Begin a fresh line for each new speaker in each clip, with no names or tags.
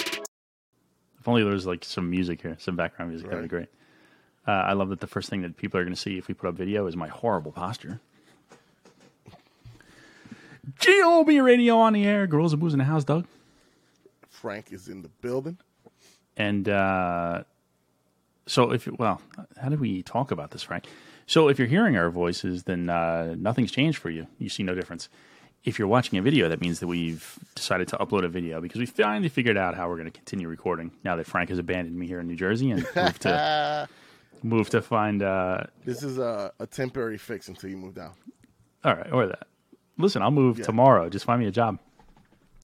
If only there was like some music here, some background music. That would be great. Uh, I love that the first thing that people are going to see if we put up video is my horrible posture. GOB radio on the air. Girls and booze in the house, Doug.
Frank is in the building.
And uh, so, if well, how did we talk about this, Frank? So, if you're hearing our voices, then uh, nothing's changed for you. You see no difference. If you're watching a video, that means that we've decided to upload a video because we finally figured out how we're going to continue recording now that Frank has abandoned me here in New Jersey and moved to moved to find. Uh,
This is a, a temporary fix until you move down.
all right, or that. Listen, I'll move tomorrow. Just find me a job.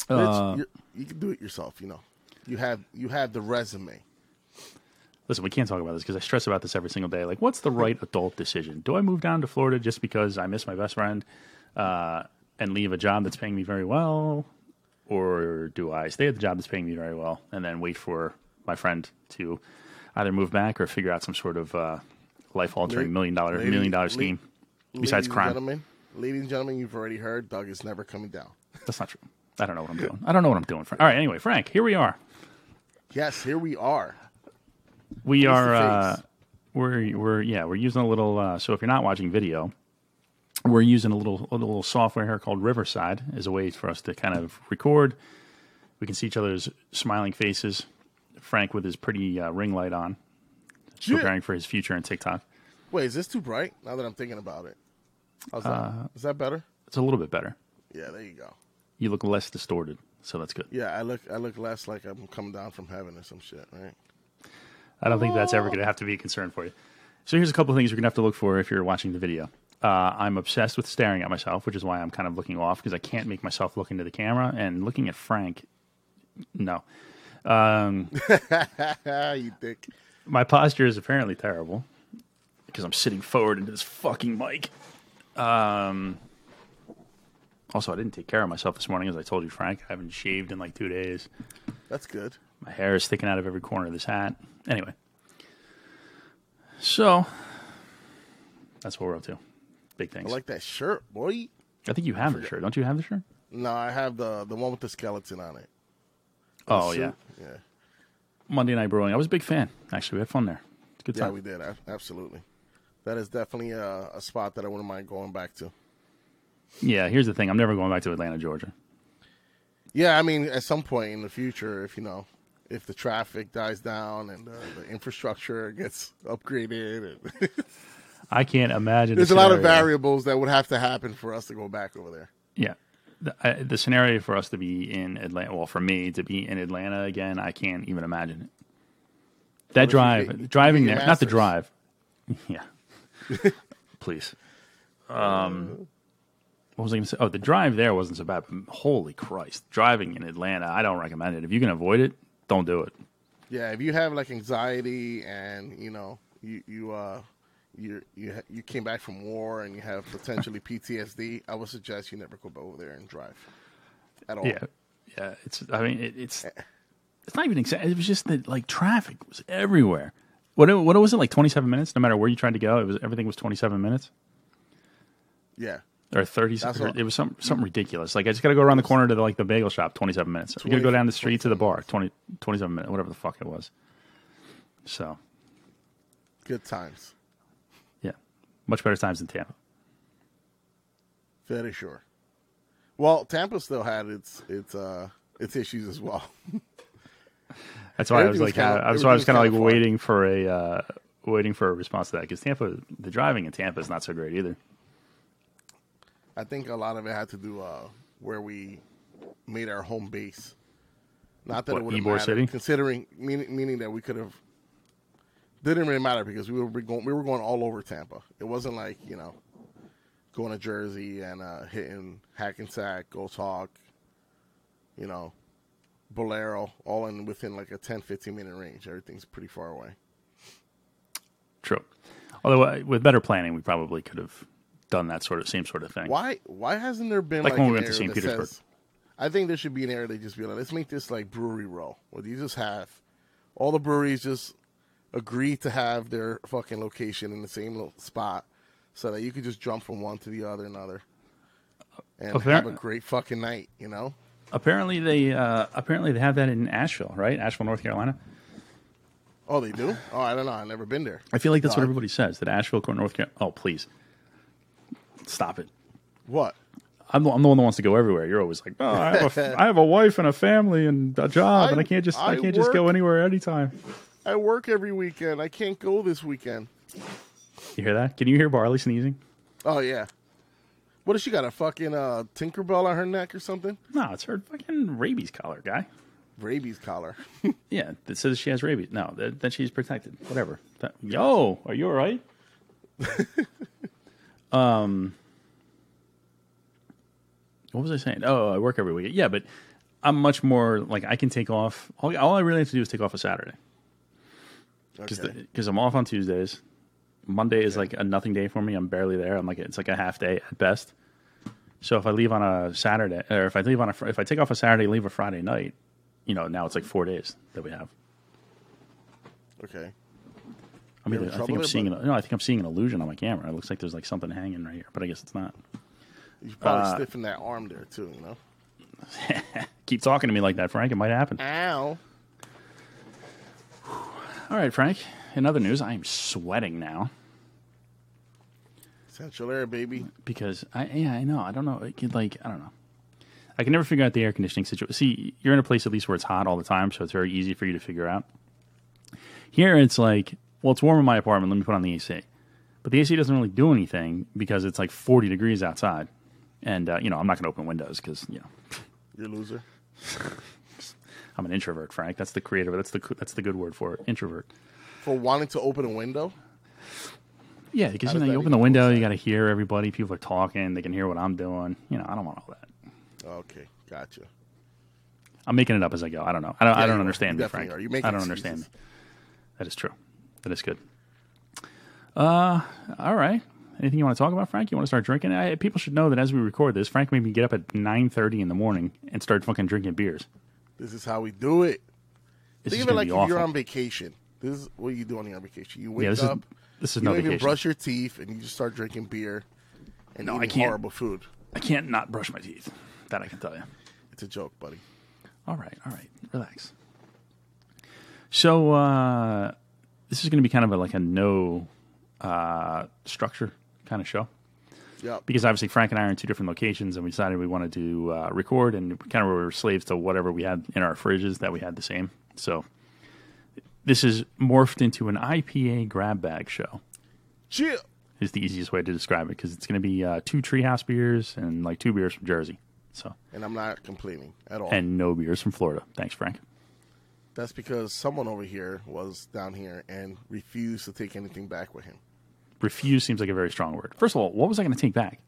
Uh,
Bitch, you're- you can do it yourself. You know, you have you have the resume.
Listen, we can't talk about this because I stress about this every single day. Like, what's the right adult decision? Do I move down to Florida just because I miss my best friend uh, and leave a job that's paying me very well? Or do I stay at the job that's paying me very well and then wait for my friend to either move back or figure out some sort of uh, life altering
Lady-
million dollar
lady-
million dollar
lady-
scheme besides
ladies
crime?
and gentlemen, ladies and gentlemen, you've already heard Doug is never coming down.
That's not true. I don't know what I'm doing. I don't know what I'm doing. Frank. All right, anyway, Frank, here we are.
Yes, here we are.
we
Face to
are uh,
face.
we're we're yeah we're using a little uh, so if you're not watching video we're using a little a little software here called riverside as a way for us to kind of record we can see each other's smiling faces frank with his pretty uh, ring light on preparing for his future in tiktok
Wait, is this too bright? Now that I'm thinking about it, how's that? Is
Uh,
that better?
it's a little bit better
Yeah, there you go.
you look less distorted so that's good
Yeah, I look I look less like I'm coming down from heaven or some shit, right?
I don't think that's ever going to have to be a concern for you. So here's a couple of things you're going to have to look for if you're watching the video. Uh, I'm obsessed with staring at myself, which is why I'm kind of looking off because I can't make myself look into the camera and looking at Frank. No,
Ah, you dick.
my posture is apparently terrible because I'm sitting forward into this fucking mic. Um, also, I didn't take care of myself this morning, as I told you, Frank. I haven't shaved in like two days.
That's good.
My hair is sticking out of every corner of this hat. Anyway, so that's what we're up to. Big
I
things.
like that shirt, boy.
I think you have the shirt. Don't you have the shirt?
No, I have the the one with the skeleton on it.
Oh,
Suit.
yeah.
yeah,
Monday Night Brewing. I was a big fan. Actually, we had fun there. It's a good
yeah.
time.
We did ab- absolutely. That is definitely a, a spot that I wouldn't mind going back to.
yeah, here's the thing. I'm never going back to Atlanta, Georgia.
Yeah, I mean, at some point in the future, if you know, if the traffic dies down and uh, the infrastructure gets upgraded, and
I can't imagine.
there's a lot of
scenario.
variables that would have to happen for us to go back over there.
Yeah. The, I, the scenario for us to be in Atlanta, well, for me to be in Atlanta again, I can't even imagine it. That
if you
drive,
get- you
driving
get
there,
your
not the
masters?
drive. yeah. Please. Um, what was I going to say? Oh, the drive there wasn't so bad. But holy Christ. Driving in Atlanta, I don't recommend it. If you can avoid it, don't do it.
Yeah, if you have like anxiety and you know you you uh you you ha- you came back from war and you have potentially PTSD, I would suggest you never go over there and drive at all.
Yeah, yeah. It's. I mean, it, it's. It's not even exact. It was just that like traffic was everywhere. What it- what was it like? Twenty seven minutes. No matter where you tried to go, it was everything was twenty seven minutes
Yeah.
or thirty.
That's
Or,
what-
it was some something ridiculous. Like I just got to go around the corner to the, like the bagel shop. Twenty seven minutes. You got to go down the street to the bar. 20, 27 minutes. Whatever the fuck it was. So
Good times.
yeah, much better times than Tampa.
Very sure. Well, Tampa still had its its uh its issues as well.
That's why I was
Everything was
like,
kinda-
I, I was, so I was
everything
kind
was
of like
kinda fun.
waiting for a uh, waiting for a response to that because Tampa, the driving in Tampa is not so great either.
I think a lot of it had to do uh where we made our home base. Not that
What,
it would have
Ybor
mattered,
City?
considering meaning, meaning that we could have didn't really matter because we were going we were going all over Tampa. It wasn't like you know going to Jersey and uh, hitting Hackensack, Ghost Hawk, you know, Bolero, all in within like a 10, 15 minute range. Everything's pretty far away.
True. Although uh, with better planning, we probably could have done that sort of same sort of thing.
Why why hasn't there been
Like
like,
when we
an
went to St.
era that
Petersburg.
says- I think there should be an area that just be like, let's make this like brewery roll, where you just have all the breweries just agree to have their fucking location in the same little spot, so that you could just jump from one to the other and other, and have a
Apparent-
great fucking night, you know?
Apparently they uh, apparently they have that in Asheville, right? Asheville, North Carolina.
Oh, they do? Oh, I don't know. I've never been there.
I feel like that's
No,
what
I-
everybody says that Asheville, North Carolina. Oh, please stop it.
What?
I'm the, I'm the one that wants to go everywhere. You're always like, oh, I have a, I have a wife and a family and a job, and I can't just I,
I
can't just go
work-
anywhere anytime.
I work every weekend. I can't go this weekend.
You hear that? Can you hear Barley sneezing?
Oh yeah. What does she got? A fucking uh, Tinkerbell on her neck or something?
No, it's her fucking rabies collar, guy.
Rabies collar.
Yeah, that says she has rabies. No, that, that she's protected. Whatever. That- yo, are you all right? um, what was I saying? Oh, I work every week. Yeah, but I'm much more like I can take off. All, all I really have to do is take off a Saturday because
Okay.
I'm off on Tuesdays. Monday is like a nothing day for me. I'm barely there. I'm like it's like a half day at best. So if I leave on a Saturday, or if I leave on a fr- if I take off a Saturday, leave a Friday night, you know, now it's like four days that we have.
Okay.
I mean,
You're
I think
in
I'm
trouble there,
seeing an, no. I think I'm seeing an illusion on my camera. It looks like there's like something hanging right here, but I guess it's not. Uh,
You probably stiffen that arm there too, you know.
Keep talking to me like that, Frank. It might happen.
Ow.
All right, Frank. In other news, I am sweating now
Central air, baby.
because I yeah I know I don't know it could, like I don't know. I can never figure out the air conditioning situation. See, you're in a place at least where it's hot all the time, so it's very easy for you to figure out. Here, it's like, well, it's warm in my apartment. Let me put on the AC, but the AC doesn't really do anything because it's like 40 degrees outside, and uh, you know I'm not going to open windows because you know
You're a loser.
I'm an introvert, Frank. That's the creative. That's the that's the good word for it. Introvert.
For wanting to open a window?
Yeah, because you
does
know you
that
open the
equal
window, you
sense?
got to hear everybody. People are talking. They can hear what I'm doing. You know, I don't want all that.
Okay, gotcha.
I'm making it up as I go. I don't know. I don't.
Yeah,
I
you
don't
are.
understand
You
me,
definitely
Frank.
are. You make
I don't
excuses.
understand me. That is true. That is good. Uh, all right. Anything you want to talk about, Frank? You want to start drinking? I, people should know that as we record this, Frank made me get up at 9:30 in the morning and start fucking drinking beers.
This is how we do it.
This is
Think of it
gonna
like
be
if
awful.
you're on vacation. This is what you do on your vacation. You wake
yeah, this is
up,
this is
you
no
don't even
vacation.
brush your teeth, and you just start drinking beer and
No, I
eating
can't.
horrible food.
I can't not brush my teeth. That I can tell you.
It's a joke, buddy.
All right, all right, relax. So uh, this is going to be kind of a, like a no uh, structure kind of show
Yep.
because obviously Frank and I are in two different locations, and we decided we wanted to uh, record, and we kind of were slaves to whatever we had in our fridges that we had the same. So this is morphed into an IPA grab bag show.
Chill.
Is the easiest way to describe it because it's going to be uh, two Treehouse beers and like two beers from Jersey, so
And I'm not complaining at all.
and no beers from Florida. Thanks, Frank.
That's because someone over here was down here and refused to take anything back with him.
refuse seems like a very strong word. First of all, what was I going to take back?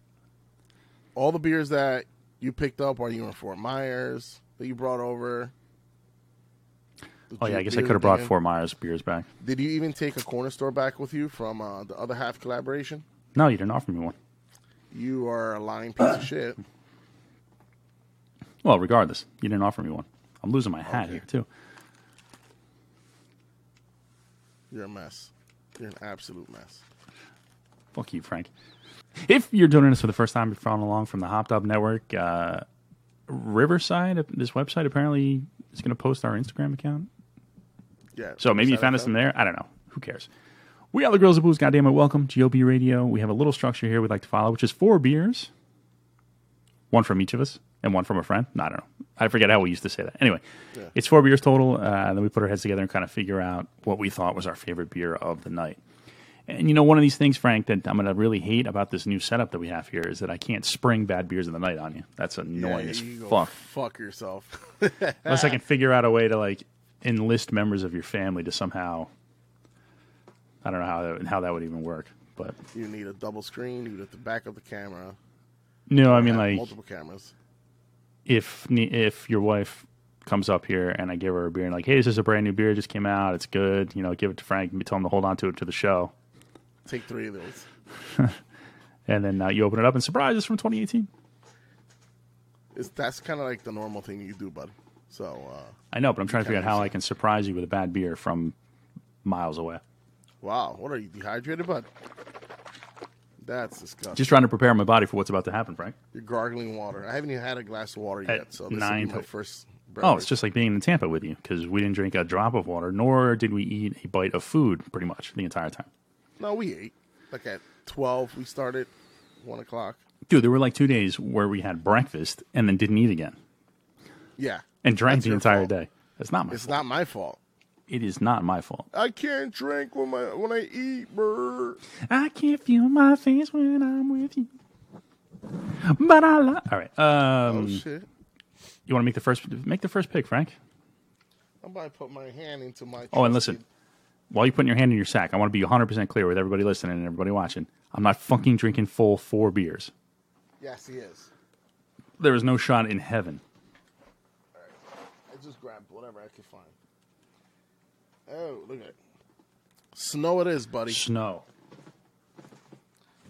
all the beers that you picked up while you were in Fort Myers that you brought over. The
Oh yeah, I
Juke
guess I
beer
could have brought
thing.
Four Myers beers back.
Did you even take a corner store back with you from uh, the other half collaboration?
No, you didn't offer me one.
You are a lying piece of shit.
Well, regardless, you didn't offer me one. I'm losing my hat
Okay.
here too.
You're a mess. You're an absolute mess.
Fuck you, Frank. If you're doing this for the first time, you're following along from the Hop Dub Network, uh, Riverside. This website apparently is going to post our Instagram account.
Yeah.
So maybe you found us in there. I don't know. Who cares? We are the Girls of Booze. Goddamn it! Welcome, GOB Radio. We have a little structure here we'd like to follow, which is four beers, one from each of us, and one from a friend. No, I don't know. I forget how we used to say that. Anyway,
Yeah.
it's four beers total, uh, and then we put our heads together and kind of figure out what we thought was our favorite beer of the night. And you know, one of these things, Frank, that I'm going to really hate about this new setup that we have here is that I can't spring bad beers of the night on you. That's
Yeah,
annoying as
you go
fuck.
Fuck yourself.
Unless I can figure out a way to like enlist members of your family to somehow. I don't know how that, how that would even work, but
you need a double screen. You would have to back up the camera.
no, I mean
have
like
multiple cameras.
if ne- if your wife comes up here and I give her a beer and like, hey, this is a brand new beer, just came out, it's good. You know, give it to Frank and tell him to hold on to it to the show.
Take three of those.
And then uh, you open it up and surprise, it's from 2018.
It's, that's kind of like the normal thing you do, bud. So, uh,
I know, but I'm trying to figure out how I can surprise you with a bad beer from miles away.
wow, what are you dehydrated, bud? That's disgusting.
Just trying to prepare my body for what's about to happen, Frank.
You're gargling water. I haven't even had a glass of water
At
yet, so this
nine
will be my
to-
first.
Oh, it's just like being in Tampa with you because we didn't drink a drop of water, nor did we eat a bite of food pretty much the entire time.
no. We ate like at twelve. We started one o'clock.
Dude, there were like two days where we had breakfast and then didn't eat again
Yeah,
and drank
That's
the
your
entire
fault.
day. That's not my
it's
fault.
not my fault.
it is not my fault.
I can't drink when my when I eat, brr.
I can't feel my face when I'm with you. But I li- All right. Um,
Oh shit!
you want to make the first make the first pick, Frank?
I'm about to put my hand into my.
Oh, and
trusty-
listen, while you're putting your hand in your sack, I want to be 100% clear with everybody listening and everybody watching. I'm not fucking drinking full four beers.
Yes, he is.
There is no shot in heaven.
I just grabbed whatever I could find. Oh, look at it. Snow it is, buddy.
Snow.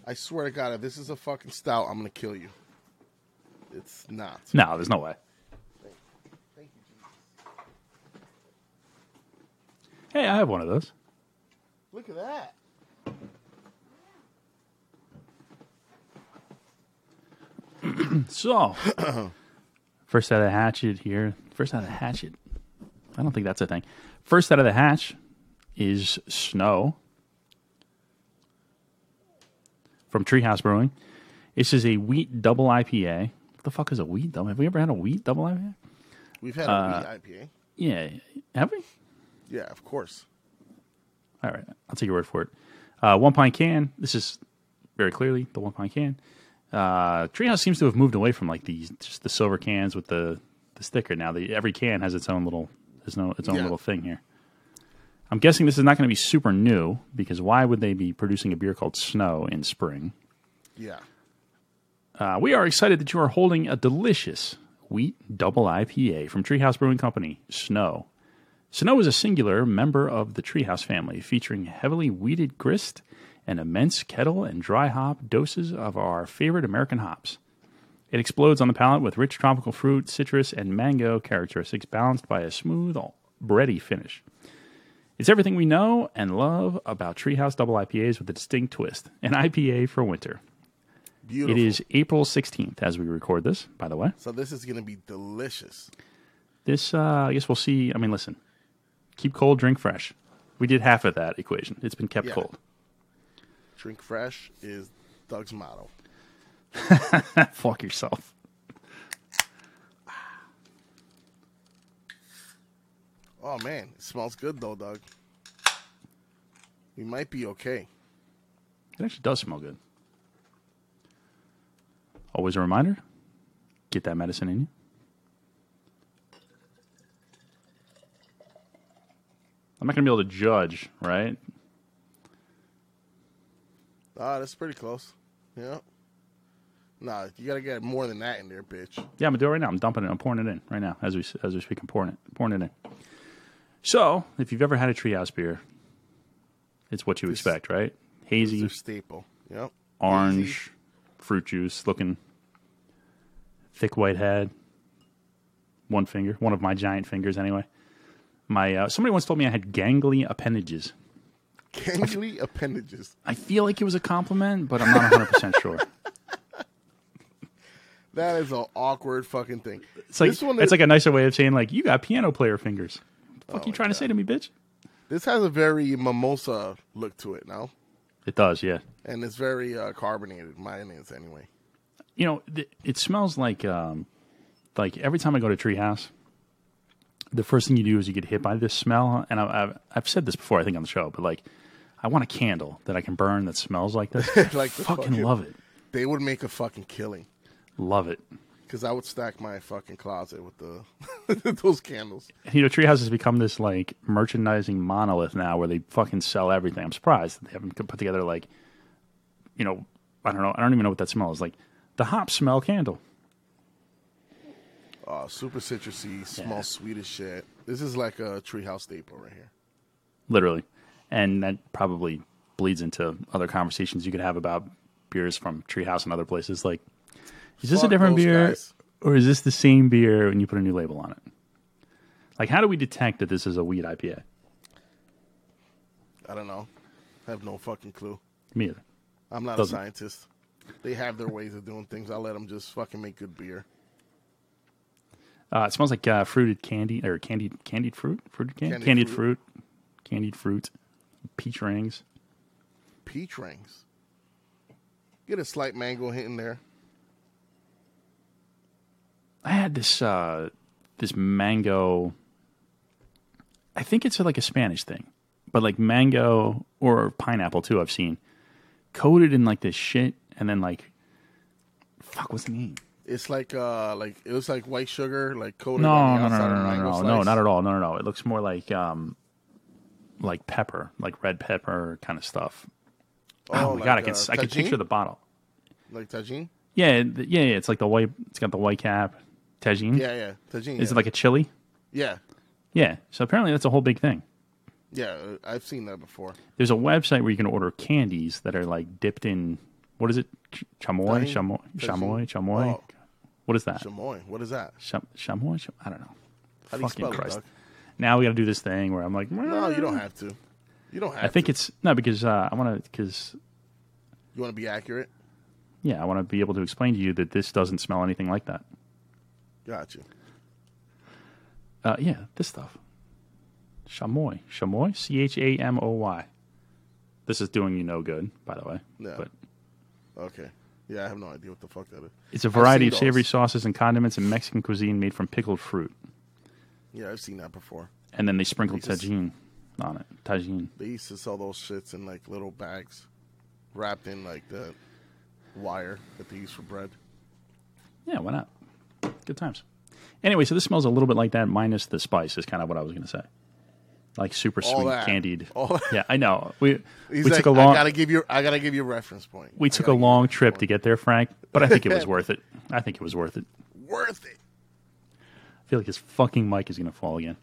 I swear to God, if this is a fucking stout, I'm gonna kill you. It's not.
No, there's no way.
Thank you, Jesus.
Hey, I have one of those.
Look at that.
So, first out of the hatchet here. First out of the hatchet. I don't think that's a thing. First out of the hatch is Snow from Treehouse Brewing. This is a wheat double IPA. What the fuck is a wheat double? Have we ever had a wheat double IPA?
We've had
Uh,
a wheat IPA.
Yeah, have we?
Yeah, of course.
All right, I'll take your word for it. Uh, one pint can. This is very clearly the one pint can. Uh, Treehouse seems to have moved away from like these just the silver cans with the, the sticker now. The, every can has its own little there's no its own
Yeah.
little thing here. I'm guessing this is not going to be super new because why would they be producing a beer called Snow in spring?
Yeah.
Uh, we are excited that you are holding a delicious wheat double IPA from Treehouse Brewing Company, Snow. Snow is a singular member of the Treehouse family, featuring heavily wheated grist, an immense kettle, and dry hop doses of our favorite American hops. It explodes on the palate with rich tropical fruit, citrus, and mango characteristics, balanced by a smooth, bready finish. It's everything we know and love about Treehouse Double IPAs with a distinct twist an IPA for winter. It
Beautiful.
is April 16th as we record this, by the way.
So this is gonna be delicious.
This, uh, I guess we'll see. I mean, listen, keep cold, drink fresh. We did half of that equation. It's been kept
Yeah.
cold.
Drink fresh is Doug's motto.
Fuck yourself.
Oh man, it smells good though, Doug. We might be okay.
It actually does smell good. Always a reminder get that medicine in you. I'm not going to be able to judge, right?
Ah, that's pretty close. Yeah. Nah, you gotta get more than that in there, bitch.
Yeah, I'm gonna do it right now. I'm dumping it. I'm pouring it in right now as we as we speak. I'm pouring it, pouring it in. So, if you've ever had a treehouse beer, it's what you expect, right?
It's
Hazy,
a staple. Yep.
orange,
Easy.
fruit juice, looking thick white head. One finger, one of my giant fingers, anyway. My uh, somebody once told me I had gangly appendages.
Gangly appendages.
I feel like it was a compliment, but I'm not 100 percent sure.
That is an awkward fucking thing.
It's like
this one
it's
is, Oh
like a nicer way of saying like you got piano player fingers. What the fuck you trying to say to me, bitch?
this has a very mimosa look to it now,
It does, yeah.
and it's very uh, carbonated. Mine is anyway.
you know, th- it smells like um, like every time I go to Treehouse, the first thing you do is you get hit by this smell. And I, I've I've said this before, I think on the show, but like, I want a candle that I can burn that smells like this. like
Like the
fucking
fucking-
love it,
They would make a fucking killing
love it.
because I would stack my fucking closet with the those candles.
You know, Treehouse has become this like merchandising monolith now, where they fucking sell everything. I'm surprised that they haven't put together like, you know, I don't know, I don't even know what that smell is. Like the hop smell candle.
uh, super citrusy, small
Yeah.
sweet as shit. This is like a treehouse staple right here.
literally. And that probably bleeds into other conversations you could have about beers from Treehouse and other places. Like, is this a
Fuck
different
those
beer,
guys.
or is this the same beer when you put a new label on it? Like, how do we detect that this is a weed IPA?
I don't know. I have no fucking clue.
Me either.
I'm not
Doesn't-
a scientist. They have their ways of doing things. I let them just fucking make good beer.
Uh, it smells like uh, fruited candy or candied candied fruit, fruited candy,
Candied
candied, fruit. candied fruit, peach rings.
Peach rings. Get a slight mango hint in there.
I had this uh, this mango. I think it's like a Spanish thing, but like mango or pineapple too. I've seen coated in like this shit, and then like, fuck, what's the name?
It's like uh like it was like white sugar, like coated
No,
on
no,
the
no,
outside
no,
of
no,
mango
no, no,
slice.
no, not at all. No, no, no. It looks more like um, like pepper, like red pepper kind of stuff. Oh, my
like,
god, I can
uh,
I can
tajin?
picture the bottle.
like tajin.
Yeah, th- yeah, yeah. It's like the white. It's got the white cap. Tajine.
Yeah, yeah, tajin.
Is
yeah.
it like a chili?
yeah,
Yeah. So apparently that's a whole big thing.
yeah? uh, I've seen that before.
There's a website where you can order candies that are like dipped in what is it? Ch- Chamoy,
Tajin?
chamoy, chamoy,
Tajin?
chamoy.
Oh.
What is that?
Chamoy, what is that?
Cham- Chamoy? Cham- I don't know.
How do
Fucking
you spell
Christ!
it? Doug?
Now we got to do this thing where I'm like,
No, you don't have to. You don't have.
Uh. I think
to.
it's no because uh, I want to because
you want to be accurate.
yeah I want to be able to explain to you that this doesn't smell anything like that.
Got you.
Uh, yeah, this stuff. Chamoy. Chamoy? C H A M O Y. This is doing you no good, by the way.
No.
But
Okay. Yeah, I have no idea what the fuck that is.
it's a
I've
variety
seen
of savory
those.
sauces and condiments and Mexican cuisine made from pickled fruit.
Yeah, I've seen that before.
And then they sprinkle
They just-
tajine on it. Tajine.
They used to sell those shits in like little bags, wrapped in like the wire that they use for bread.
Yeah, why not? Good times. Anyway, so this smells a little bit like that, minus the spice, is kind of what I was going to say. Like super
All
sweet,
that.
candied.
All-
yeah, I know. We, we
He's
took
like,
a long.
I gotta give you. I gotta give you a reference point.
we
I
took a
gotta give you
long
reference
trip
point.
to get there, Frank, but I think it was worth it. I think it was worth it.
Worth it.
I feel like his fucking mic is gonna fall again.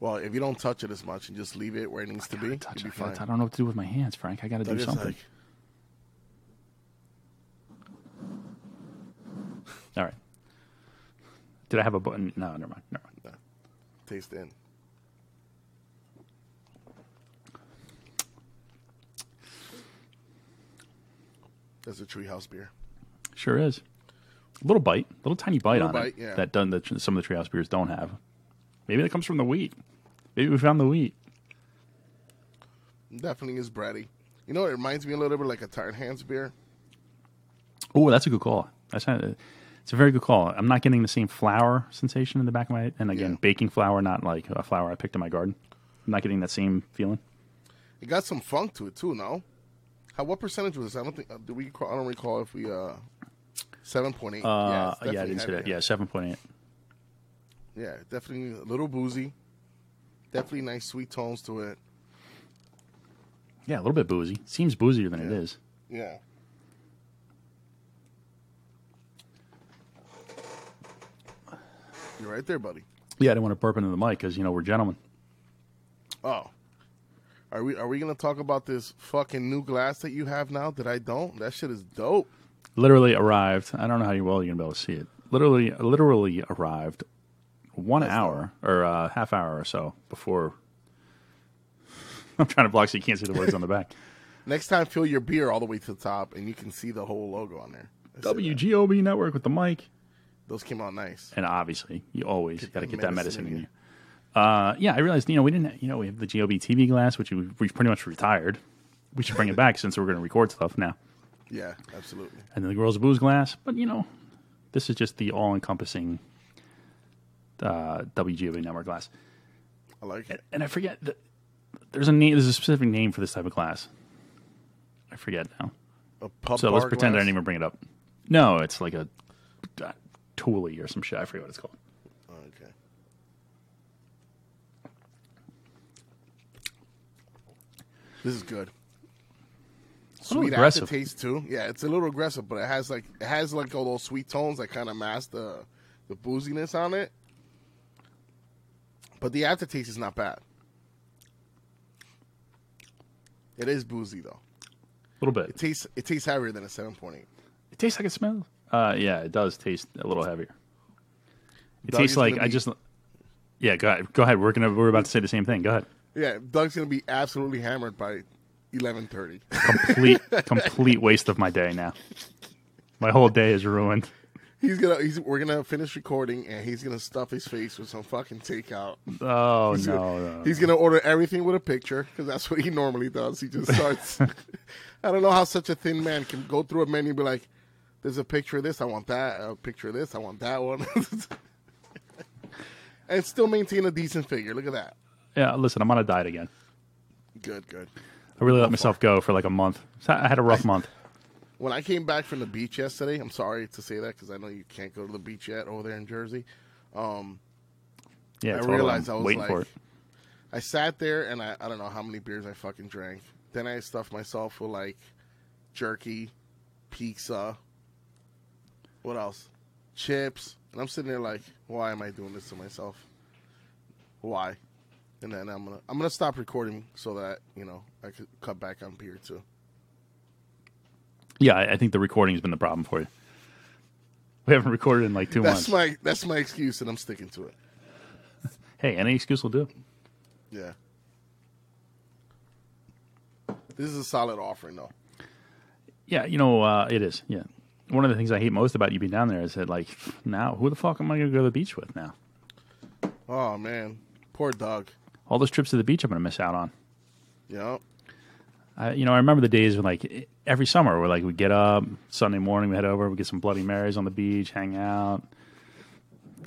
Well, if you don't touch it as much and just leave it where it needs to be,
Touch,
you'll
I,
be fine.
gotta- I don't know what to do with my hands, Frank. I gotta
Doug
do
is
something.
like,
All right. Did I have a button? No, never mind. Never mind.
taste in. That's a treehouse beer.
Sure is. Little bite, little tiny bite
Little
on
bite,
it
yeah.
that done that some of the treehouse beers don't have. Maybe that comes from the wheat. Maybe we found the wheat.
Definitely is bratty. You know, it reminds me a little bit like a Tired Hands beer.
Oh, that's a good call. That's not, it's a very good call. I'm not getting the same flour sensation in the back of my head. And again,
Yeah.
baking flour, not like a flour I picked in my garden. I'm not getting that same feeling.
It got some funk to it too. No, how what percentage was this? I don't think. Uh, do we? Call, I don't recall if we. uh Seven point eight.
Uh, yeah, I didn't say that. Yeah, seven point eight.
Yeah, definitely a little boozy. Definitely nice sweet tones to it.
Yeah, a little bit boozy. Seems boozier than it
Yeah.
is.
Yeah. You're right there, buddy.
Yeah, I didn't want to burp into the mic because you know we're gentlemen.
Oh. Are we are we gonna talk about this fucking new glass that you have now that I don't? That shit is dope.
Literally arrived. I don't know how you well you're gonna be able to see it. Literally, literally arrived one hour or uh, half hour or so before. I'm trying to block so you can't see the words on the back.
Next time fill your beer all the way to the top and you can see the whole logo on there. I said that.
WGOB network with the mic,
Those came out nice.
and obviously you always got to
that
get that
medicine
medicine
in
in you. Uh, yeah, I realized you know we didn't you know we have the GOB TV glass which we, we pretty much retired. We should bring it back since we're going to record stuff now.
Yeah, absolutely.
and then the girls' booze glass. But you know, this is just the all-encompassing uh, WGOB network glass.
I like it.
And I forget the, there's a name. There's a specific name for this type of glass. I forget now.
A pub
So let's
bar
pretend I
glass?
didn't even bring it up. No, it's like a uh, Thule or some shit. I forget what it's called.
Okay. This is good.
A little
Sweet
aggressive.
aftertaste too. Yeah, it's a little aggressive, but it has like it has like all those sweet tones that kind of mask the the booziness on it, but the aftertaste is not bad. It is boozy though.
A little bit.
It tastes it tastes heavier than a seven point eight.
It tastes like it smells. Uh, yeah, it does taste a little heavier. It
Doug
tastes
is
like
gonna
I
be-
just. Yeah, go ahead. Go ahead. We're gonna. We're about to say the same thing. Go ahead.
Yeah, Doug's gonna be absolutely hammered by eleven thirty.
Complete, complete waste of my day now. My whole day is ruined.
He's gonna he's we're gonna finish recording and he's gonna stuff his face with some fucking takeout.
Oh no, no.
He's gonna order everything with a picture because that's what he normally does. He just starts. I don't know how such a thin man can go through a menu and be like, "There's a picture of this. I want that. A picture of this. I want that one." and still maintain a decent figure. Look at that.
Yeah, listen, I'm on a diet again.
Good, good.
I really let myself go for like a month. So I had a rough month.
When I came back from the beach yesterday, I'm sorry to say that because I know you can't go to the beach yet over there in Jersey. Um,
Yeah,
I
totally.
realized
I'm
I was
waiting
like,
for it.
I sat there and I, I don't know how many beers I fucking drank. Then I stuffed myself with like jerky, pizza, what else? Chips. And I'm sitting there like, why am I doing this to myself? Why? And then I'm gonna I'm gonna stop recording so that, you know, I could cut back on beer too.
Yeah, I, I think the recording's been the problem for you. We haven't recorded in like two
That's
months.
my that's my excuse and I'm sticking to it.
hey, any excuse will do.
Yeah. This is a solid offering though.
Yeah, you know, uh, it is. Yeah. One of the things I hate most about you being down there is that, like, now who the fuck am I going to go to the beach with now?
Oh man. Poor Doug.
All those trips to the beach I'm going to miss out on.
Yep.
I, you know, I remember the days when, like, every summer we're like, we get up Sunday morning, we head over, we get some Bloody Marys on the beach, hang out,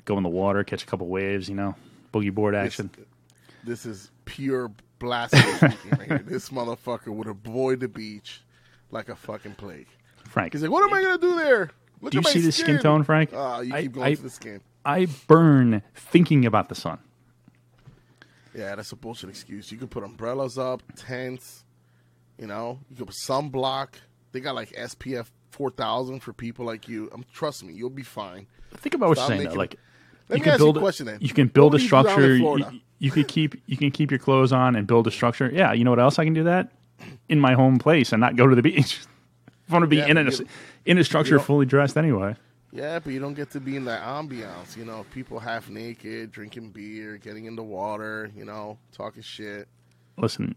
go in the water, catch a couple waves, you know, boogie board action.
This is pure blasphemy speaking right here. This motherfucker would avoid the beach like a fucking plague.
Frank,
He's like, what am I gonna do there? Look
do you
at my
see the skin tone, Frank?
Ah, you
I-
keep going
I-
to the skin.
I burn thinking about the sun.
Yeah, that's a bullshit excuse. You could put umbrellas up, tents, you know, you could put sunblock. They got like SPF four thousand for people like you. Um, trust me, you'll be fine.
Think about what
Stop
you're saying, though.
making-
Like,
Let
you
me
can
ask
build
you a question then.
You can build
What
a
do you do down in
structure. You,
Florida?
you could keep you can keep your clothes on and build a structure. Yeah, you know what else I can do that in my home place and not go to the beach. I want to be
Yeah,
in a
but you-
in a structure
don't-
fully dressed anyway.
Yeah, but you don't get to be in that ambiance, you know, people half naked, drinking beer, getting in the water, you know, talking shit.
Listen,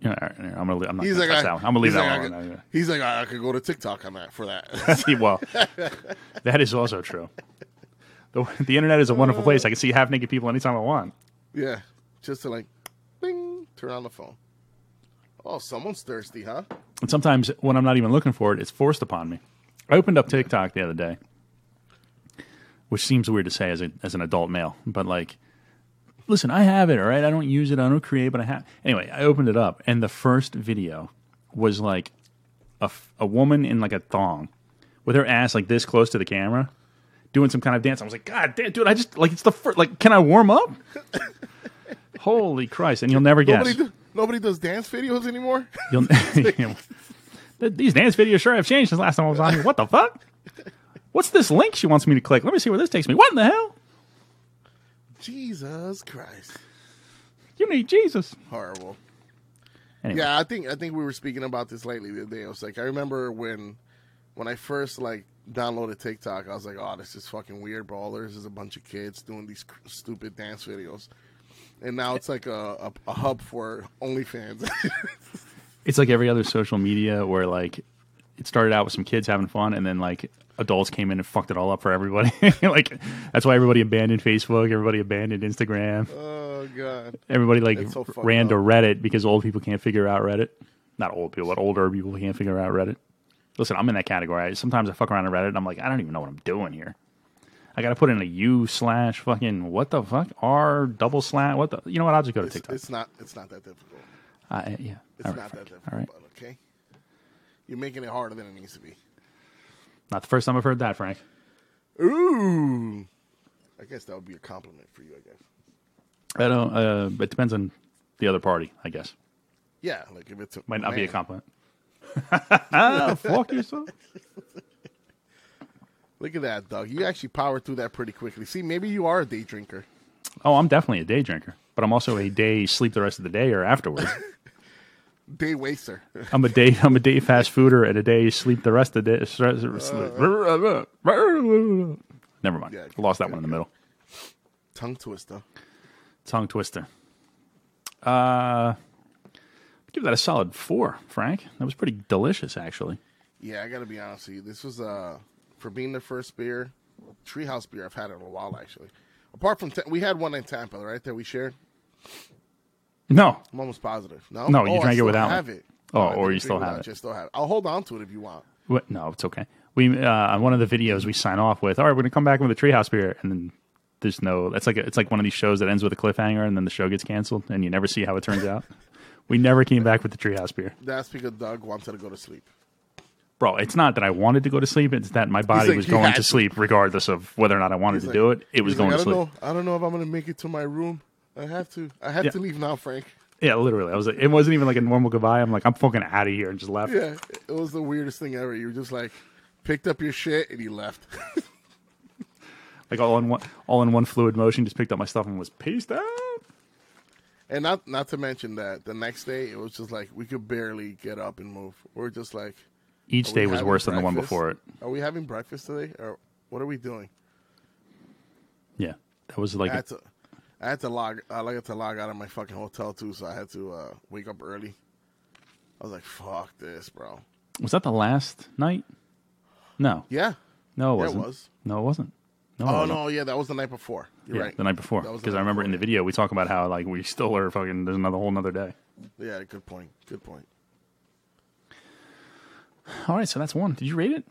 you know, all right, all right, I'm gonna li- I'm not
He's
gonna
like,
touch
I,
that one. I'm gonna leave
he's
that
like,
one.
I
alone.
could, he's like, I, I could go to TikTok on that for that.
See, well, that is also true. The, the internet is a
Uh.
wonderful place. I can see half naked people anytime I want.
yeah, just to like, bing, turn on the phone. Oh, someone's thirsty, huh?
And sometimes when I'm not even looking for it, it's forced upon me. I opened up TikTok the other day, which seems weird to say as, a, as an adult male, but like, listen, I have it, all right? I don't use it, I don't create, but I have. Anyway, I opened it up, and the first video was like a, f- a woman in like a thong with her ass like this close to the camera doing some kind of dance. I was like, God damn, dude, I just, like, it's the first, like, can I warm up? Holy Christ. And you'll never guess.
Nobody, do, nobody does dance videos anymore.
You'll, Th- these dance videos sure have changed since last time I was on here. What the fuck? What's this link she wants me to click? Let me see where this takes me. What in the hell?
Jesus Christ,
You need Jesus.
horrible.
Anyway,
Yeah, I think I think we were speaking about this lately the other day. I was like, I remember when when I first like downloaded TikTok, I was like, oh, this is fucking weird, bro. All there is is a bunch of kids doing these cr- stupid dance videos. And now it's like a, a, a hub for OnlyFans.
it's like every other social media where like it started out with some kids having fun and then like adults came in and fucked it all up for everybody. like that's why everybody abandoned Facebook, everybody abandoned Instagram,
oh god.
everybody like
It's so fucked
ran to
up.
Reddit because old people can't figure out Reddit. Not old people, but older people can't figure out Reddit. Listen, I'm in that category. I, sometimes I fuck around on Reddit and I'm like, I don't even know what I'm doing here. I got to put in a U slash fucking what the fuck R double slash what the you know what? I'll just go to
It's,
TikTok.
it's not it's not that difficult.
I- yeah,
It's
all right,
not
Frank.
that difficult,
All right,
but okay. You're making it harder than it needs to be.
not the first time I've heard that, Frank.
Ooh. I guess that would be a compliment for you, I guess.
I don't. Uh, it depends on the other party, I guess.
Yeah, like if it's a
Might not be a
man.
compliment. Fuck yourself.
Look at that, Doug. You actually powered through that pretty quickly. See, maybe you are a day drinker.
Oh, I'm definitely a day drinker, but I'm also a day sleep the rest of the day or afterwards.
Day waster.
I'm a day I'm a day fast fooder and a day sleep the rest of the day. Never mind.
Yeah,
Lost that
good,
one in the
good.
middle.
Tongue twister.
Tongue twister. Uh, give that a solid four, Frank. That was pretty delicious, actually.
Yeah, I gotta be honest with you. This was uh for being the first beer, treehouse beer I've had in a while actually. Apart from Ta- we had one in Tampa, right? That we shared.
No,
I'm almost positive. No,
No, you
Oh, I
drank it
still
without me.
Have it.
Oh,
No,
or
I didn't
you still
drink
have
without
it.
you. I still have. I'll hold on to it if you want.
What? No, it's okay. We uh, on one of the videos we sign off with. All right, we're gonna come back with a treehouse beer, and then there's no. That's like it's like one of these shows that ends with a cliffhanger, and then the show gets canceled, and you never see how it turns out. We never came back with the treehouse beer,
That's because Doug wanted to go to sleep.
bro. It's not that I wanted to go to sleep; it's that my body
like,
was
"You
going
had
to
to."
sleep, regardless of whether or not I wanted to
He's
do
like-
it. It was
he's
going
like,
to
I
sleep.
don't know. I don't know if I'm gonna make it to my room. I have to. I have
Yeah.
to leave now, Frank.
Yeah, literally. I was. Like, it wasn't even like a normal goodbye. I'm like, I'm fucking out of here, and just left.
Yeah, it was the weirdest thing ever. You were just like picked up your shit and you left.
Like all in one, all in one fluid motion. Just picked up my stuff and was peaced out.
And not not to mention that the next day it was just like we could barely get up and move. We're just like
Each
are we
day was
having
worse than the one
breakfast?
before it.
Are we having breakfast today, or what are we doing?
Yeah, that was like
I
a-
had to I had to log I like to log out of my fucking hotel too, so I had to uh, wake up early. I was like, fuck this, bro.
Was that the last night? No.
Yeah.
No, it
Yeah, it
wasn't.
was.
No, it wasn't. No, it
Oh
wasn't.
no, yeah, that was the night before. You're
Yeah,
right.
the night before.
That was the
Because I
night
remember in the
before,
video we talk about how like we still are fucking. There's another whole another day.
Yeah, good point. Good point.
All right, so that's one. Did you rate it?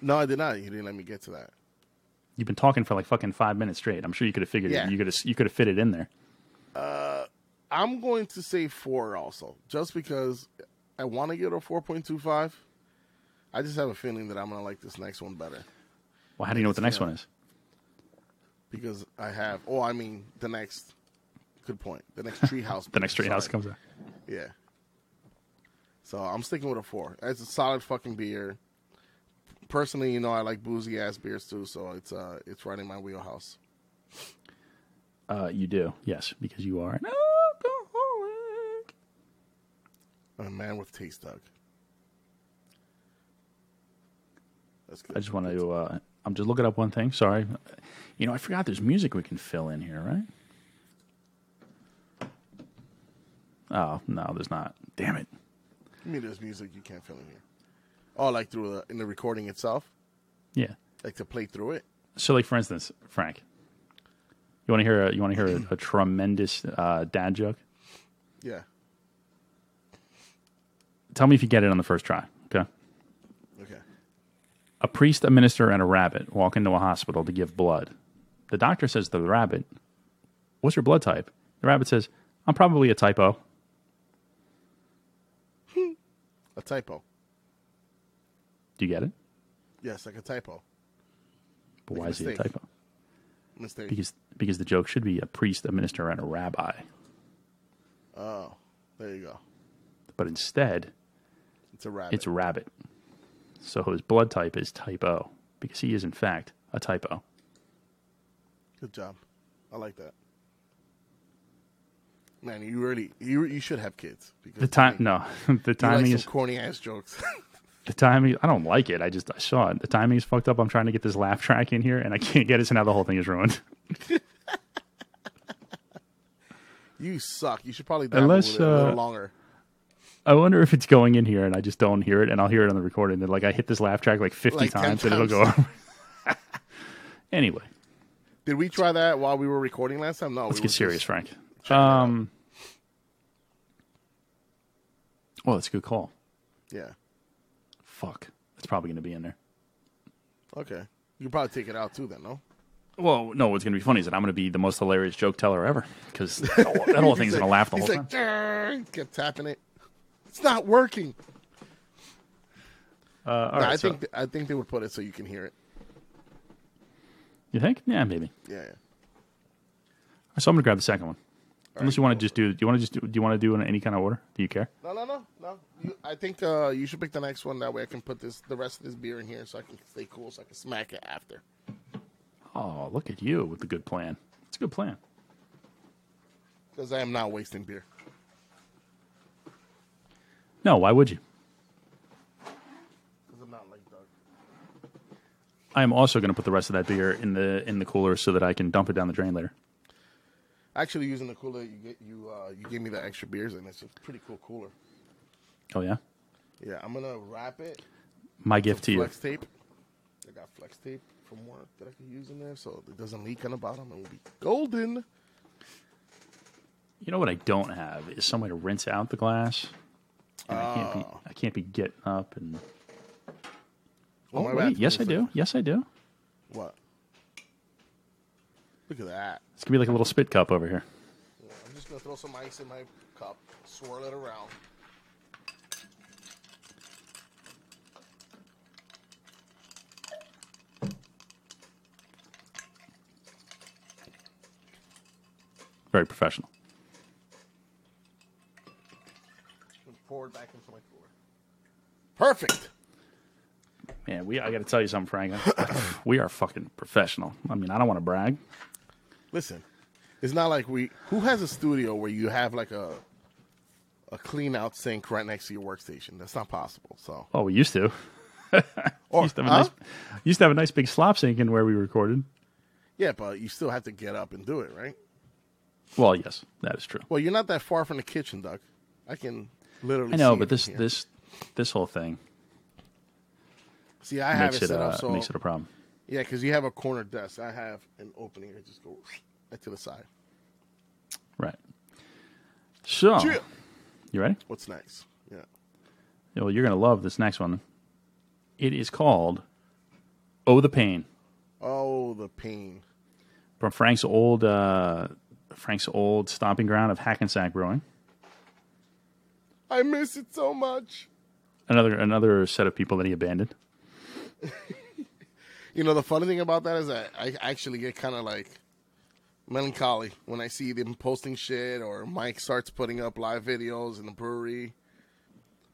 No, I did not. You didn't let me get to that.
You've been talking for like fucking five minutes straight. I'm sure you could have figured
Yeah.
it. You could have you could have fit it in there.
I'm going to say four also, just because I want to give it a four point two five. I just have a feeling that I'm gonna like this next one better
Well, how do you know what the next
Yeah.
one is?
because I have. Oh, I mean the next. Good point. The next treehouse.
The next treehouse comes out.
Yeah. So I'm sticking with a four. It's a solid fucking beer. Personally, you know I like boozy ass beers too, so it's uh it's right in my wheelhouse.
Uh, you do, yes, because you are an alcoholic.
I'm a man with taste, Doug. That's good.
I just want to. Uh, I'm just looking up one thing. Sorry, you know I forgot. There's music we can fill in here, right? Oh no, there's not. Damn it.
Give me this music you can't feel in here. Oh, like through the in the recording itself,
Yeah.
like to play through it.
So, like for instance, Frank, you want to hear a, you want to hear a, a tremendous uh, dad joke?
Yeah.
Tell me if you get it on the first try. Okay.
Okay.
A priest, a minister, and a rabbit walk into a hospital to give blood. The doctor says to the rabbit, "What's your blood type?" The rabbit says, "I'm probably a type O."
A typo.
Do you get it?
Yes, like a typo.
But
Like a
why is he a
mistake.
type O?
Mistake.
Because because the joke should be a priest, a minister, and a rabbi.
oh, there you go.
But instead,
It's a rabbit.
it's rabbit. So his blood type is type O because he is in fact a type O.
Good job. I like that. Man, you really you you should have kids because
The
you
time
like-
no, the
you like
timing
some
is
corny ass jokes.
the timing. I don't like it. I just I saw it. The timing is fucked up. I'm trying to get this laugh track in here and I can't get it. So now the whole thing is ruined.
you suck. You should probably dabble
Unless,
with it a little
uh,
longer.
I wonder if it's going in here and I just don't hear it and I'll hear it on the recording. Then like I hit this laugh track like 50
Like 10
times and it'll go.
times.
over. anyway,
Did we try that while we were recording last time? No.
let's
we
get
were
serious,
just-
Frank. Um. Well, that's a good call.
Yeah.
Fuck, it's probably going to be in there.
Okay. You could probably take it out too then, no?
Well, no, what's going to be funny is that I'm going to be the most hilarious joke teller ever because that whole, that whole thing's
He's
going to
like-
laugh the whole
he's
time.
like, "Grrr," kept tapping it. It's not working.
Uh, all
No,
right,
I
so-
think th- I think they would put it so you can hear it.
you think? Yeah, maybe.
Yeah. yeah.
So I'm going to grab the second one. Unless
right,
you want to just do, do you want to just do, do you want to do in any kind of order? Do you care?
No, no, no, no. No, you, I think uh, you should pick the next one. That way, I can put this the rest of this beer in here, so I can stay cool, so I can smack it after.
Oh, look at you with the good plan. It's a good plan.
Because I am not wasting beer.
No, why would you?
Because I'm not like Doug.
I am also going to put the rest of that beer in the in the cooler so that I can dump it down the drain later.
Actually, using the cooler you get you uh, you gave me the extra beers, and it's a pretty cool cooler.
Oh yeah,
Yeah, I'm gonna wrap it.
my gift to you.
Flex tape. I got flex tape from work that I can use in there, so it doesn't leak on the bottom, and will be golden.
You know what I don't have is some way to rinse out the glass. And I can't
Oh.
be I can't be getting up and. Oh
Well, my
wait,
bathroom
yes
is
I do.
like-
Yes I do.
What? Look at that.
It's gonna be like a little spit cup over here.
Yeah, I'm just gonna throw some ice in my cup, swirl it around.
Very professional.
and pour it back into my cooler. Perfect.
Man, we I got to tell you something, Frank. we are fucking professional. I mean, I don't want to brag.
Listen, it's not like we. Who has a studio where you have like a a clean out sink right next to your workstation? That's not possible. So,
Oh, we used to.
or,
used, to have a
huh?
nice, used to have a nice big slop sink in where we recorded.
yeah, but you still have to get up and do it, right?
Well, yes, that is true.
Well, you're not that far from the kitchen, Doug. I can literally.
I know,
see
but
it from
this
here.
this this whole thing
see, I have
makes
it
it,
set
uh,
up so
makes it a problem.
yeah, because you have a corner desk. I have an opening. I just go right to the side.
Right. So,
Yeah.
you ready?
What's next? Yeah.
Well, you're going to love this next one. It is called Oh the Pain
Oh, the pain.
from Frank's old uh, Frank's old stomping ground of Hackensack Brewing.
I miss it so much.
Another another set of people that he abandoned.
You know, the funny thing about that is that I actually get kind of like melancholy when I see them posting shit or Mike starts putting up live videos in the brewery.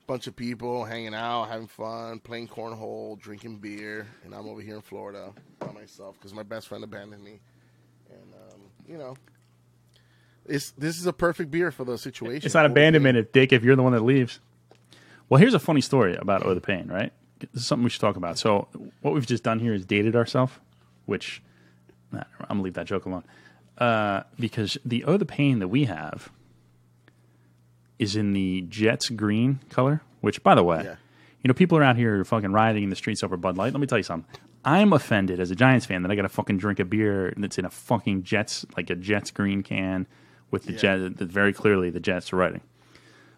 Bunch of people hanging out, having fun, playing cornhole, drinking beer, and I'm over here in Florida by myself because my best friend abandoned me. And um, you know, it's this is a perfect beer for the situation.
It's not
Over
abandonment, it, Dick. If you're the one that leaves. Well, here's a funny story about Oh the Pain. Right, this is something we should talk about. So, what we've just done here is dated ourselves, which nah, I'm gonna leave that joke alone uh, because the Oh the Pain that we have is in the Jets green color. Which, by the way,
Yeah.
you know, people are out here fucking rioting in the streets over Bud Light. Let me tell you something. I'm offended as a Giants fan that I got to fucking drink a beer that's in a fucking Jets like a Jets green can with the
Yeah.
Jets that very clearly the Jets are writing.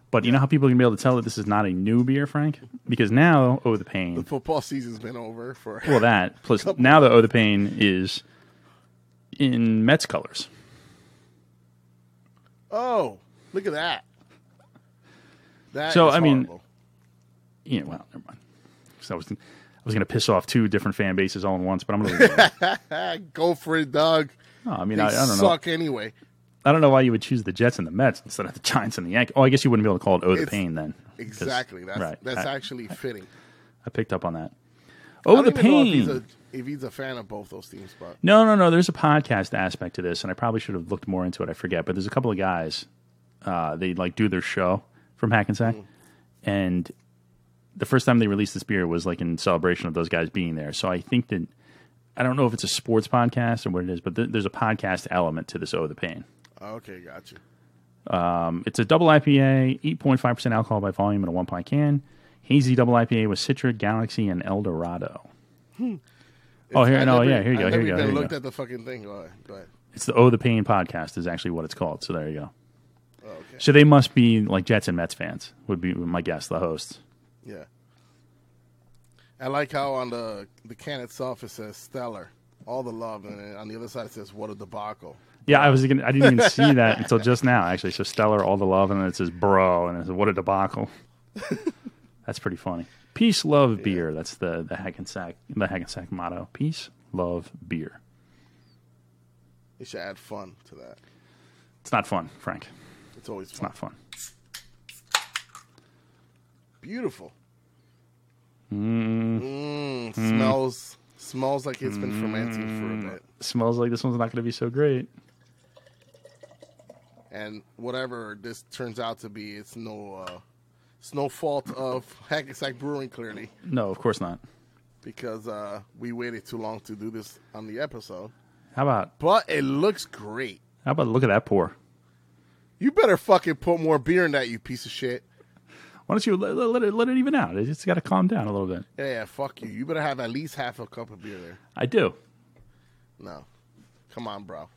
But you know how people can be able to tell that this is not a new beer, Frank? Because now Oh the
The
Pain.
football season's been over for
Well, that plus now the Oh the Pain is in Mets colors.
Oh, look at that. That
So,
is
I mean,
horrible.
Yeah, well, never mind. So I was I was going to piss off two different fan bases all at once, but I'm going to.
Ah, go for it, Doug.
No, I
They
mean, I, I don't know.
suck anyway.
I don't know why you would choose the Jets and the Mets instead of the Giants and the Yankees. Oh, I guess you wouldn't be able to call it "Oh the
It's-
Pain" then. because-
Exactly. That's
right.
that's
I,
actually fitting.
I picked up on that.
I
Oh,
don't
the
even know if
Pain.
he's a- If he's a fan of both those teams, but
No, no, no. There's a podcast aspect to this, and I probably should have looked more into it. I forget, but there's a couple of guys. Uh, they like do their show from Hackensack,
Mm-hmm.
and the first time they released this beer was like in celebration of those guys being there. So I think that I don't know if it's a sports podcast or what it is, but th- there's a podcast element to this. Oh, the pain.
uh,
Um,
okay, got you.
It's a double IPA, 8.5% alcohol by volume in a one pint can. Hazy double IPA with Citra, Galaxy, and Eldorado. Oh, here,
I
no,
Hmm. never-
yeah, here you go. Here you go.
I never even
Here you go.
looked at the fucking thing. uh, Go ahead. Go ahead.
It's the Oh the Pain podcast is actually what it's called. So there you go.
Oh, okay.
So they must be like Jets and Mets fans would be my guess. The hosts.
Yeah. I like how on the the can itself it says stellar, all the love, and then on the other side it says what a debacle.
Yeah, I was. Gonna, I didn't even see that until just now. Actually, so Stellar, all the love, and then it says bro, and it says what a debacle. That's pretty funny. Peace, love, beer. That's the the Hackensack the Hackensack motto. Peace, love, beer.
It should add fun to that.
It's not fun, Frank.
It's always
It's
fun.
not fun.
Beautiful.
Mm, Mm.
Mm, Smells smells like it's been fermenting for a bit,
smells like this one's not going to be so great.
and whatever this turns out to be, it's no uh, it's no fault of Hackensack Brewing clearly
No, of course not.
because uh, we waited too long to do this on the episode.
How about
But it looks great.
how about look at that pour?
You better fucking put more beer in that, you piece of shit.
Why don't you let, let, let it let it even out? It's got to calm down a little bit.
Yeah, yeah, fuck you. You better have at least half a cup of beer there.
I do.
No, come on, bro.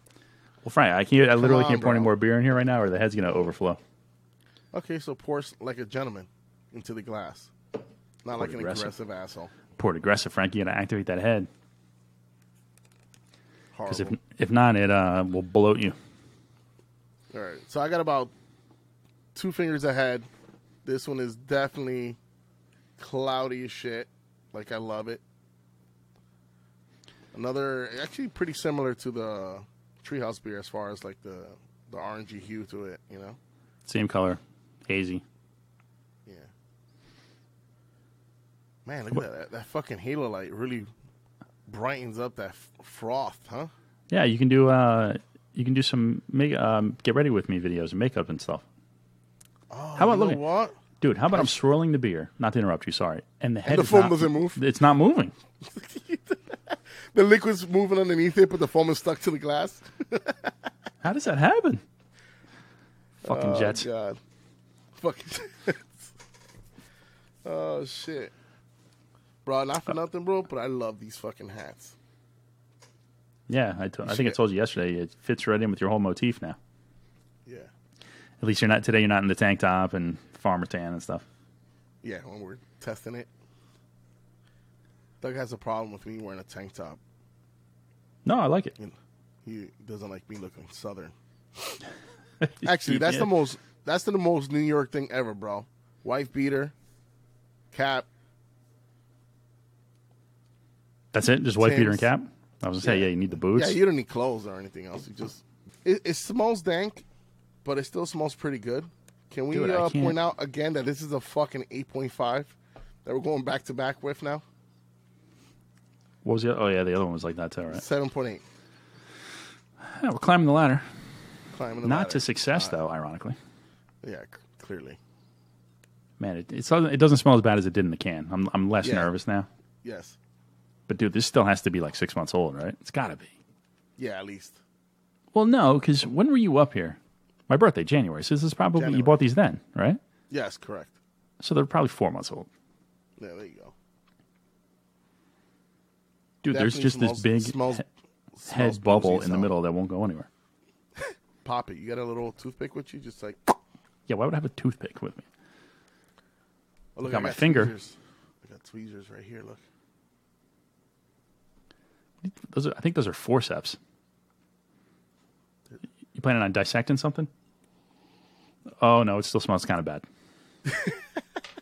Well, Frank, I can't. I literally
on,
can't pour any
bro.
more beer in here right now, or the head's going to overflow.
Okay, so pour s- like a gentleman into the glass, not like an
aggressive.
aggressive asshole.
Pour it aggressive, Frank. You got to activate that head because if
Horrible.
if not, it uh, will bloat you.
All right, so I got about two fingers ahead. This one is definitely cloudy as shit. Like I love it. Another, actually, pretty similar to the Treehouse beer as far as like the the orangey hue to it. You know,
Same color, hazy.
yeah. Man, look at that. That, that fucking halo light really brightens up that f- froth, huh?
Yeah, you can do uh, you can do some make um, get ready with me videos and makeup and stuff,
Oh,
about
you know
looking-
what?
dude. How about I'm swirling the beer? Not to interrupt you, sorry. And the head
the
is
foam
not-
doesn't move?
It's not moving.
The liquid's moving underneath it, but the foam is stuck to the glass.
How does that happen? Fucking jets.
Oh, God. Fucking Jets. oh shit. Bro, not for nothing, bro, but I love these fucking hats.
Yeah, I, t- I think I
should-
told you yesterday. It fits right in with your whole motif now.
Yeah.
At least you're not today. You're not in the tank top and farmer tan and stuff.
Yeah, when we're testing it. Doug has a problem with me wearing a tank top.
No, I like it.
And he doesn't like me looking southern. Actually, that's
Yeah.
the most that's the most New York thing ever, bro. Wife beater, cap,
That's it. Just white Peter and
Tim's.
cap. I was gonna say, yeah, you need the boots.
Yeah, you don't need clothes or anything else. You just it, it smells dank, but it still smells pretty good. Can we
Dude, I
uh,
can't-
point out again that this is a fucking eight point five that we're going back to back with now?
what was the? Other? Oh yeah, the other one was like that too, right?
Seven point eight.
Yeah, we're climbing the ladder,
Climbing the
not
ladder.
to success though. Ironically,
Yeah, c- clearly.
man, it, it doesn't it doesn't smell as bad as it did in the can. I'm I'm less
Yeah.
nervous now.
Yes.
But dude, this still has to be like six months old, right? It's got to be.
Yeah, at least.
Well, no, because when were you up here? My birthday, January. So this is probably
January.
you bought these then, right?
Yes, correct.
So they're probably four months old.
Yeah, there you go.
Dude, there's
Definitely
just
smells-
this big
smells,
he-
smells
head bubble
boozy,
in the
so
middle that won't go anywhere.
Pop it. You got a little toothpick with you? Just like
Yeah, why would I have a toothpick with me?
oh, look,
got
I
my finger.
Tweezers. I got tweezers right here. Look.
Those are, I think those are forceps. You planning on dissecting something? Oh no, it still smells kind of bad.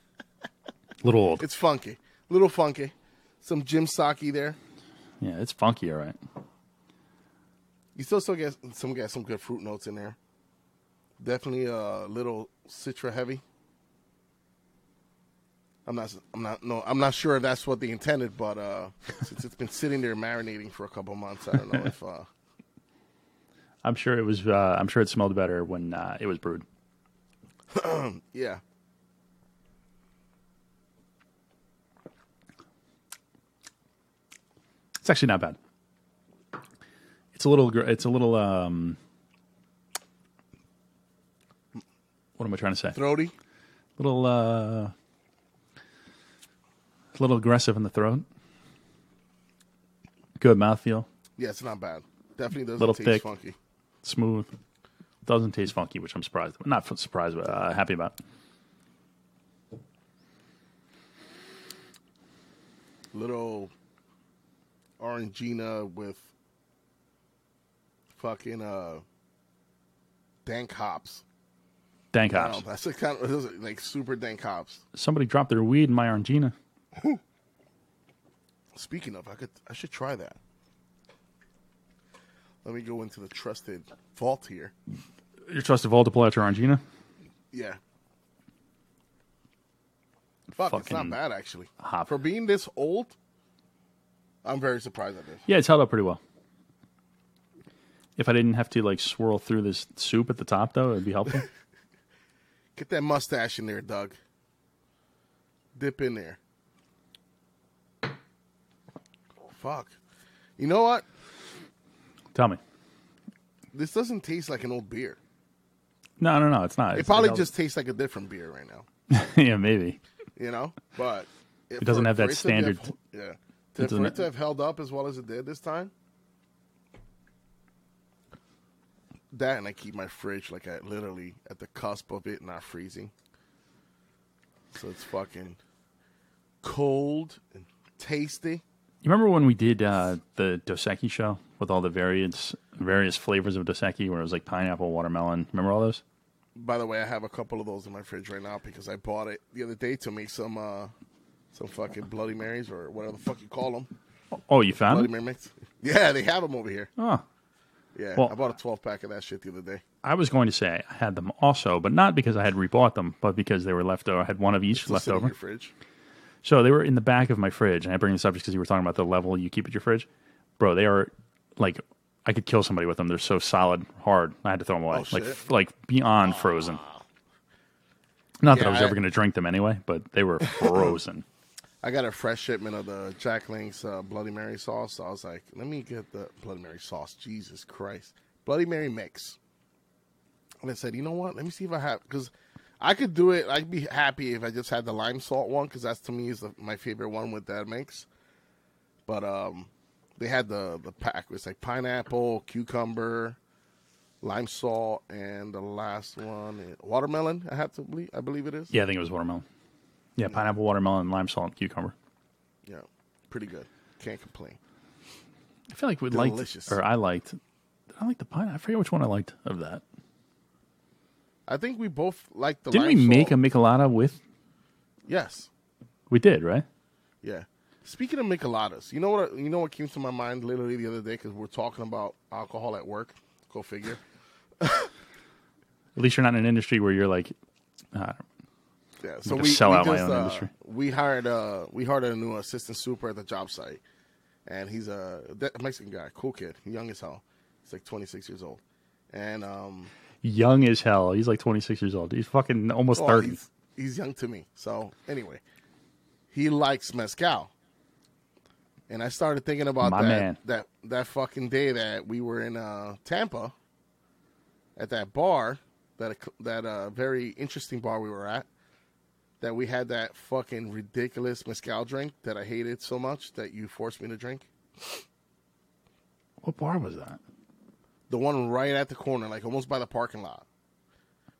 Little old.
It's funky. Little funky. Some Jim Saki there.
yeah, it's funky, all right.
You still still get some get some good fruit notes in there. Definitely a little citra heavy. I'm not I'm not no I'm not sure if that's what they intended, but uh, since it's been sitting there marinating for a couple months, I don't know if uh,
I'm sure it was. Uh, I'm sure it smelled better when uh, it was brewed.
yeah.
It's actually not bad. It's a little. gr- It's a little. Um, what am I trying to say? A
Throaty.
little. Uh, a little aggressive in the throat. Good mouthfeel.
Yeah, it's not bad. Definitely doesn't
Little
taste
thick.
funky.
smooth. Doesn't taste funky, which I'm surprised. Not f- surprised, but uh, happy about.
Little orangina with fucking uh dank hops.
Dank
I
hops.
don't know, that's the kind of those are, like super dank hops.
Somebody dropped their weed in my Orangina.
Speaking of, I could I should try that. Let me go into the trusted vault here.
Your trusted vault to pull out your Orangina.
Yeah. Fuck, it's not
fucking
bad actually.
hop.
For being this old, I'm very surprised at this.
Yeah, it's held up pretty well. If I didn't have to like swirl through this soup at the top, though, it'd be helpful.
Get that mustache in there, Doug. Dip in there. Fuck. You know what?
Tell me.
This doesn't taste like an old beer.
No, no, no, it's not.
It
It's
probably
held-
just tastes like a different beer right now.
yeah, maybe.
You know, but it
doesn't have that standard-
yeah, to,
doesn't-
for it to have held up as well as it did this time. That and I keep my fridge like I literally at the cusp of it not freezing. So it's fucking cold and tasty.
You remember when we did uh, the Dos Equis show with all the various various flavors of Dos Equis, where it was like pineapple, watermelon? Remember all those?
By the way, I have a couple of those in my fridge right now because I bought it the other day to make some uh some fucking Bloody Marys or whatever the fuck you call them.
Oh, you
Bloody
found them?
Mary mix. Yeah, they have them over here.
Oh,
Yeah,
Well-
I bought a 12 pack of that shit the other day.
I was going to say I had them also, but not because I had rebought them, but because they were left over. I had one of each
Just
left
sitting in
over.
your fridge.
So they were in the back of my fridge, and I bring this up just because you were talking about the level you keep at your fridge, bro. They are like I could kill somebody with them. They're so solid, hard. I had to throw them away,
Oh,
like
shit.
f- like beyond frozen. Not that I
Yeah,
was
I-
ever going to drink them anyway, but they were frozen.
I got a fresh shipment of the Jack Link's uh, Bloody Mary sauce. So I was like, let me get the Bloody Mary sauce. Jesus Christ. Bloody Mary mix. And I said, you know what? Let me see if I have, because I could do it. I'd be happy if I just had the lime salt one, because that's to me is the, my favorite one with that mix. But um, they had the, the pack. It's like pineapple, cucumber, lime salt, and the last one, is watermelon, I have to believe, I believe it is.
yeah, I think it was watermelon. Yeah, pineapple, watermelon, lime salt, and cucumber.
Yeah, pretty good. Can't complain.
I feel like we liked,
Delicious.
or I liked. Did I like the pine? I forget which one I liked of that.
I think we both like the.
Didn't we
lime
make a
salt.
michelada with?
Yes.
We did, right?
Yeah. Speaking of micheladas, you know what? You know what came to my mind literally the other day because we're talking about alcohol at work. Go figure.
At least you're not in an industry where you're like, uh,
Yeah. So
gonna
we
sell
we
out my
just,
own
uh,
industry.
We hired uh we hired a new assistant super at the job site, and he's a De- Mexican guy, cool kid, young as hell. He's like 26 years old, and um
young as hell. He's like 26 years old. He's fucking almost
Well,
30.
Oh, He's, he's young to me. So anyway, he likes mezcal, and I started thinking about
My
that
man.
that that fucking day that we were in uh, Tampa at that bar that that uh, very interesting bar we were at that we had that fucking ridiculous mezcal drink that I hated so much that you forced me to drink.
What bar was that?
The one right at the corner, like almost by the parking lot.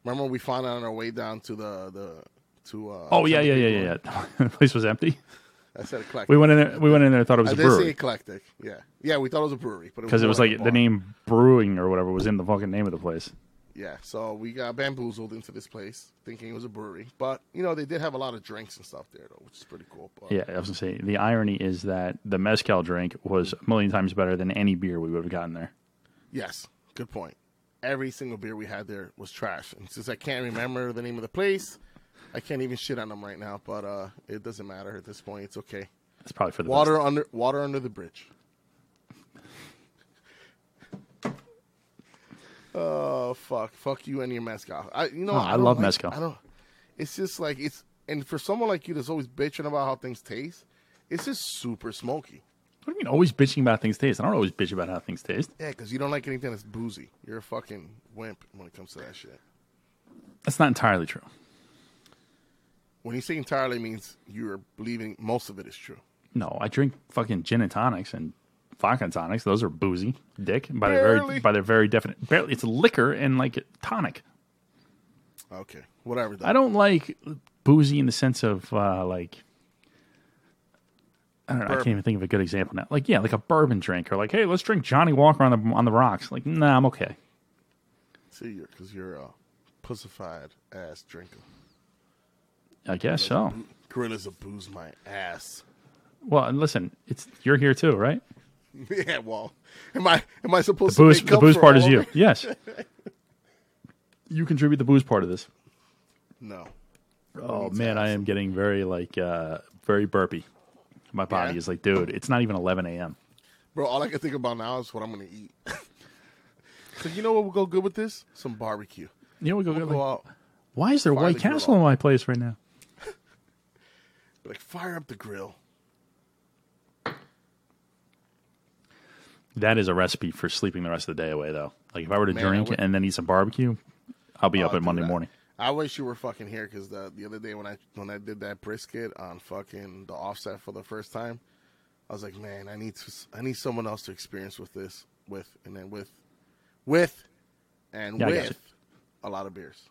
Remember we found out on our way down to the the to uh
Oh
to
yeah,
the
yeah,
big
yeah,
one.
yeah, yeah. the place was empty.
I said eclectic.
We went in there. We went in there. and Thought it was
I
a
did say
brewery
eclectic. Yeah, yeah. We thought it was a brewery, but
because it was
more
like
a
the
bar.
name brewing or whatever was in the fucking name of the place.
Yeah. So we got bamboozled into this place thinking it was a brewery, but you know they did have a lot of drinks and stuff there though, which is pretty cool. But,
Yeah, I was gonna say the irony is that the mezcal drink was a million times better than any beer we would have gotten there.
Yes. Good point. Every single beer we had there was trash, and since I can't remember the name of the place, I can't even shit on them right now. But uh, it doesn't matter at this point. It's okay.
It's probably for the
Water under water under the bridge. Oh fuck! Fuck you and your mezcal. I you know
No,
I,
Oh, I
don't
love
like-
mezcal.
I don't. It's just like it's and for someone like you that's always bitching about how things taste, it's just super smoky.
Best. What do you mean? Always bitching about things taste. I don't always bitch about how things taste.
Yeah, because you don't like anything that's boozy. You're a fucking wimp when it comes to that shit.
That's not entirely true.
When you say entirely means you're believing most of it is true.
No, I drink fucking gin and tonics and vodka and tonics. Those are boozy, dick by their
Barely.
very by their very definite. Barely, it's liquor and like tonic.
Okay, whatever.
I don't like boozy in the sense of uh, like I don't know. I can't even think of a good example now. Like yeah, like a bourbon drink or like hey, let's drink Johnny Walker on the on the rocks. Like nah, I'm okay.
see you because you're a pussified ass drinker.
I guess so.
Gorillas will booze my ass.
Well, and listen, it's you're here too, right?
Yeah, well, am I am I supposed
Booze,
to make
the
up
booze
for
part
all
is
of
you.
it?
Yes, you contribute the booze part of this.
No,
Oh
needs
man, I am getting very like uh very burpy. My body
Yeah?
is like, dude, it's not even 11 a.m.
Bro, all I can think about now is what I'm gonna eat. so you know what would go good with this? Some barbecue.
You know, we go,
We'll
like,
go out,
why is there
fire
White
the grill
Castle
up.
in my place right now?
like fire up the grill.
That is a recipe for sleeping the rest of the day away, though. Like if I were to
Man, I
drink
would-
and then eat some barbecue, I'll be up
Oh,
at Monday
dude, I-
morning.
I wish you were fucking here because the the other day when I when I did that brisket on fucking the offset for the first time, I was like, man, I need to s- I need someone else to experience with this with and then with with and
Yeah, I got
with a lot of beers,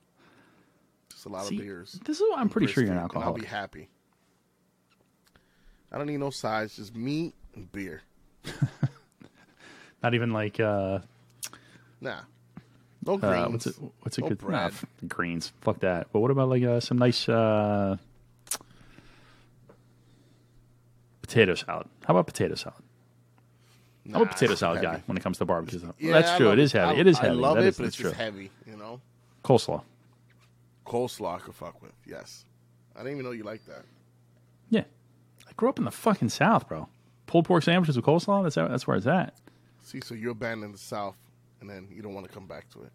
just a lot
See,
of beers.
this is what I'm pretty sure you're an
brisket, and I'll
alcoholic.
be happy. I don't need no sides, just meat and beer.
Not even like uh,
Nah, no greens.
uh what's it, what's a
no
good nah,
bread.
f- greens? Fuck that. But what about like uh, some nice uh, potato salad? How about potato salad? I'm
Nah,
a potato
it's
salad
heavy.
guy when it comes to barbecue stuff.
Yeah, I
that's true.
love
It is heavy.
I-
it is
I
heavy.
love
That
it,
is-
but
that's
it's
true.
just heavy. You know.
Coleslaw.
coleslaw I could fuck with. Yes, I didn't even know you liked that.
Yeah. I grew up in the fucking South, bro. Pulled pork sandwiches with coleslaw. That's that's where it's at.
See, so you abandoned the South, and then you don't want to come back to it.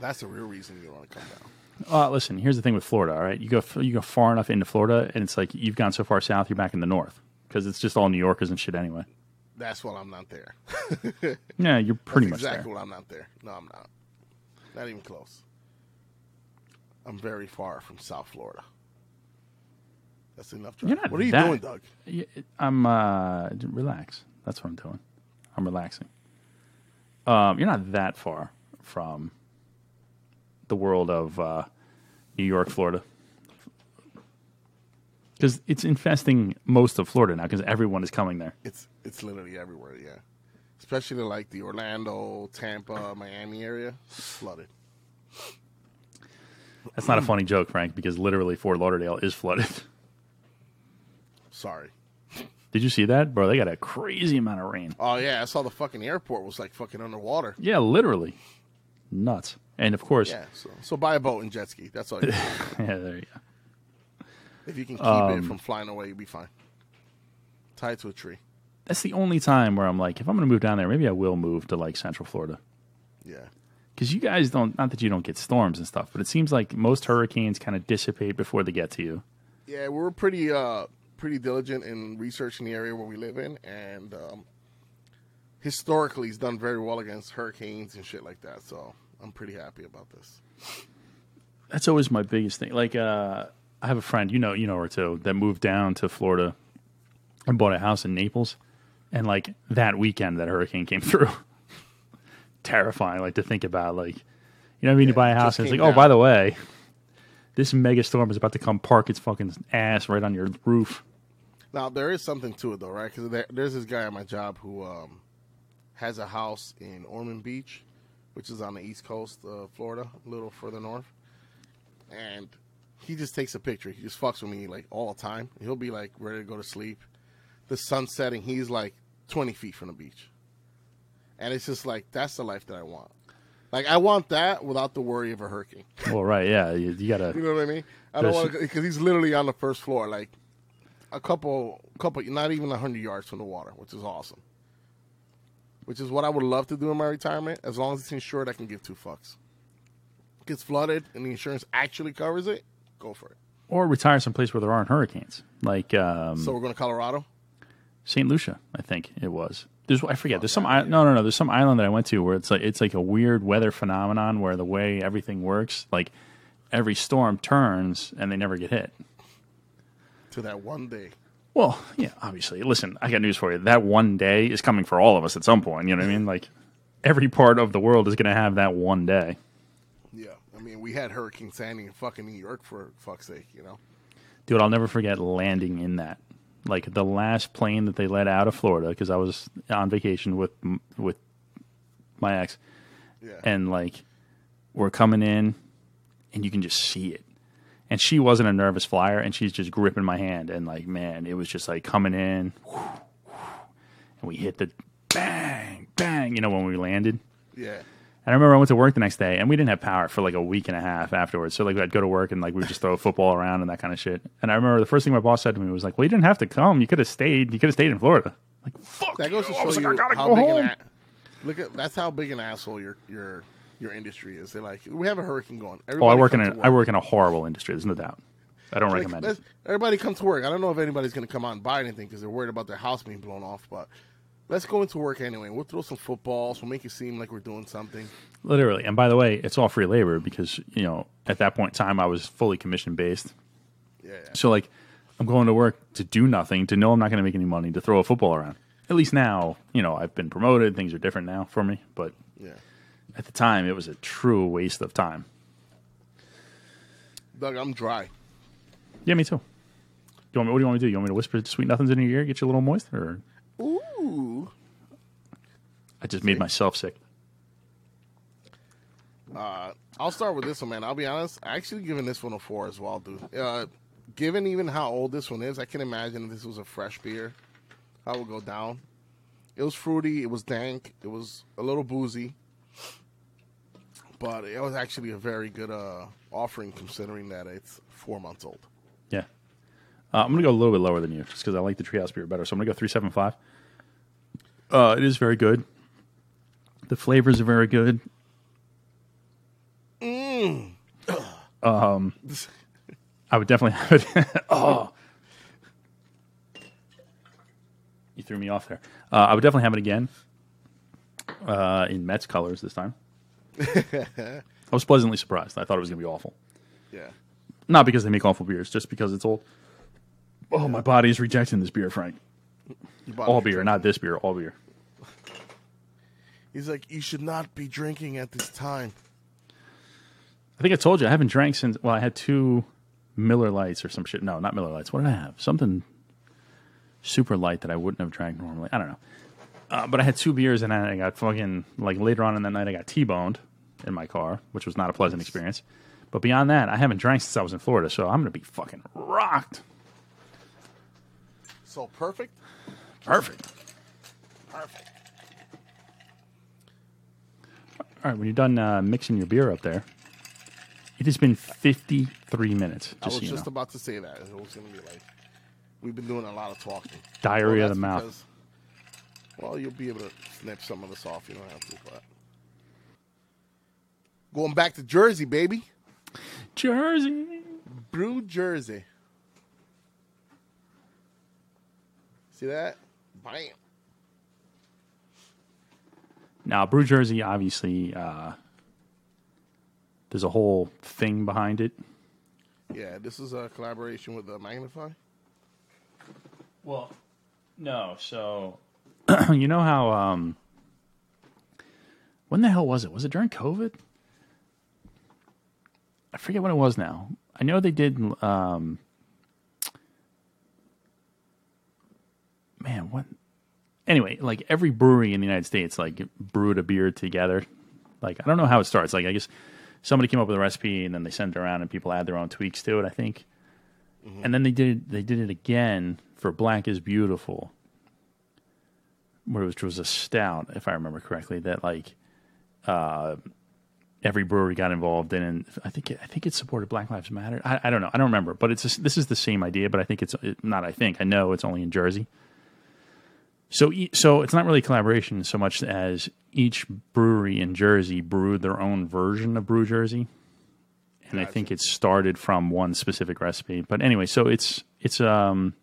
That's the real reason you don't want to come down.
Uh, listen, here's the thing with Florida. All right, you go you go far enough into Florida, and it's like you've gone so far south, you're back in the north because it's just all New Yorkers and shit anyway.
That's what I'm not there.
Yeah, you're pretty much
exactly
there.
what I'm not there. No, I'm not. Not even close. I'm very far from South Florida. That's enough. Drive.
You're not
what are you
that-
doing, Doug?
Yeah, it- I'm uh, d- relax. That's what I'm doing. I'm relaxing. Um, you're not that far from the world of uh, New York, Florida, because it's infesting most of Florida now because everyone is coming there.
It's it's literally everywhere. Yeah, especially like the Orlando, Tampa, Miami area, flooded.
That's not a funny joke, Frank, because literally Fort Lauderdale is flooded.
Sorry.
Did you see that, bro? They got a crazy amount of rain.
Oh yeah, I saw the fucking airport was like fucking underwater.
Yeah, literally, nuts. And of course,
Yeah, so so buy a boat and jet ski. That's all. You do.
yeah, there you go.
if you can keep it from flying away, you'll be fine. Tied to a tree.
That's the only time where I'm like, if I'm going to move down there, maybe I will move to like Central Florida
Yeah,
because you guys don't. Not that you don't get storms and stuff, but it seems like most hurricanes kind of dissipate before they get to you.
yeah, we were pretty uh pretty diligent in researching the area where we live in, and um, historically, it's done very well against hurricanes and shit like that. So I'm pretty happy about this.
That's always my biggest thing. Like, uh, I have a friend, you know, you know her too, that moved down to Florida and bought a house in Naples, and like that weekend, that hurricane came through. Terrifying, like to think about, like you know, what I mean, you buy a
just
house and it's
came
like, oh, by
down.
the way, this mega storm is about to come park its fucking ass right on your roof.
Now there is something to it though, right? Because there, there's this guy at my job who um, has a house in Ormond Beach, which is on the east coast of Florida, a little further north, and he just takes a picture. He just fucks with me like all the time. He'll be like ready to go to sleep, the sun's setting. He's like 20 feet from the beach, and it's just like that's the life that I want. Like I want that without the worry of a hurricane.
Well, right, yeah, you, you gotta.
You know what I mean? I don't
There's-
want because he's literally on the first floor, like a couple, couple, not even hundred yards from the water, which is awesome. Which is what I would love to do in my retirement, as long as it's insured. I can give two fucks. Gets flooded and the insurance actually covers it. Go for it.
or retire someplace where there aren't hurricanes, like um,
So we're going to Colorado.
Saint Lucia, I think it was. There's I forget. There's some I, no no no. There's some island that I went to where it's like it's like a weird weather phenomenon where the way everything works, like every storm turns and they never get hit.
To that one day,
Well, yeah, obviously. Listen, I got news for you. That one day is coming for all of us at some point. You know what I mean? Like every part of the world is going to have that one day.
yeah. I mean, we had Hurricane Sandy in fucking New York for fuck's sake, you know.
dude i'll never forget landing in that like the last plane that they let out of florida because i was on vacation with with my ex
Yeah.
and like we're coming in and you can just see it and she wasn't a nervous flyer and she's just gripping my hand and like man it was just like coming in and we hit the bang bang you know when we landed
Yeah,
and And I remember I went to work the next day, and we didn't have power for like a week and a half afterwards. So like I'd go to work and like we would just throw a football around and that kind of shit. And I remember the first thing my boss said to me was like, "Well, you didn't have to come. You could have stayed. You could have stayed in Florida." Like fuck.
That goes to
you.
show
I was like,
you
I Oh, gotta
how
go
big
home.
an a- look at that's how big an asshole your your your industry is. They're like, we have a hurricane going.
Oh,
Everybody
I work in
come
a,
to
I work in a horrible industry. There's no doubt. I don't
Like,
recommend it.
let's- Everybody come to work. I don't know if anybody's going to come out and buy anything because they're worried about their house being blown off. But let's go into work anyway. We'll throw some footballs. We'll make it seem like we're doing something.
Literally. And by the way, it's all free labor because, you know, at that point in time, I was fully commission based.
Yeah, yeah.
So, like, I'm going to work to do nothing, to know I'm not going to make any money, to throw a football around. At least now, you know, I've been promoted. Things are different now for me. But
yeah.
at the time, it was a true waste of time.
Doug, I'm dry.
Yeah, me too. Do you want me, what do you want me to do? You want me to whisper sweet nothings in your ear, get you a little moist? Or
Ooh.
I just made myself sick.
I'll start with this one, man. I'll be honest. I actually giving this one a four as well, dude. Uh, given even how old this one is, I can imagine if this was a fresh beer, how it would go down. It was fruity. It was dank. It was a little boozy, but it was actually a very good uh, offering considering that it's four months old.
Yeah. Uh, I'm going to go a little bit lower than you just because I like the Treehouse beer better. So I'm going to go 375. Uh, it is very good. The flavors are very good. Um, I would definitely have it. oh. You threw me off there. Uh, I would definitely have it again uh, in Mets colors this time. I was pleasantly surprised. I thought it was going to be awful
yeah.
not because they make awful beers, just because it's old. Oh, my body is rejecting this beer, Frank.
You bought
All
it for
beer,
drink.
not this beer. All beer.
He's like, you should not be drinking at this time.
I think I told you I haven't drank since. Well, I had two Miller Lights or some shit. No, not Miller Lights. What did I have? Something super light that I wouldn't have drank normally. I don't know. Uh, but I had two beers and I got fucking like later on in that night I got T-boned in my car, which was not a pleasant experience. But beyond that, I haven't drank since I was in Florida, so I'm gonna be fucking rocked.
So perfect.
Perfect.
Perfect.
All right, when you're done uh, mixing your beer up there, it has been 53 minutes. Just,
I was
so you
just
know.
about to say that. It was going to be like, we've been doing a lot of talking.
Diarrhea
Well,
of the
that's
mouth.
because- well, you'll be able to snip some of this off. You don't have to. But going back to Jersey, baby,
Jersey.
brew Jersey. See that? Bam.
Now, Brew Jersey, obviously, uh, there's a whole thing behind it.
Yeah, this is a collaboration with uh, Magnify.
Well, no. So, you know how, um, when the hell was it? Was it during COVID? I forget when it was now. I know they did, um, man, what? Anyway, like every brewery in the United States, like brewed a beer together. Like, I don't know how it starts. Like, I guess somebody came up with a recipe and then they sent it around and people add their own tweaks to it, I think and then they did they did it again for Black is Beautiful, where which was a stout, if I remember correctly, that like uh, every brewery got involved in, and I think it, I think it supported Black Lives Matter. I, I don't know, I don't remember, but it's this is the same idea, but I think it's it, not. I think I know it's only in Jersey. So, e- so it's not really collaboration so much as each brewery in Jersey brewed their own version of Brew Jersey, and I think it started from one specific recipe. But anyway, so it's it's um.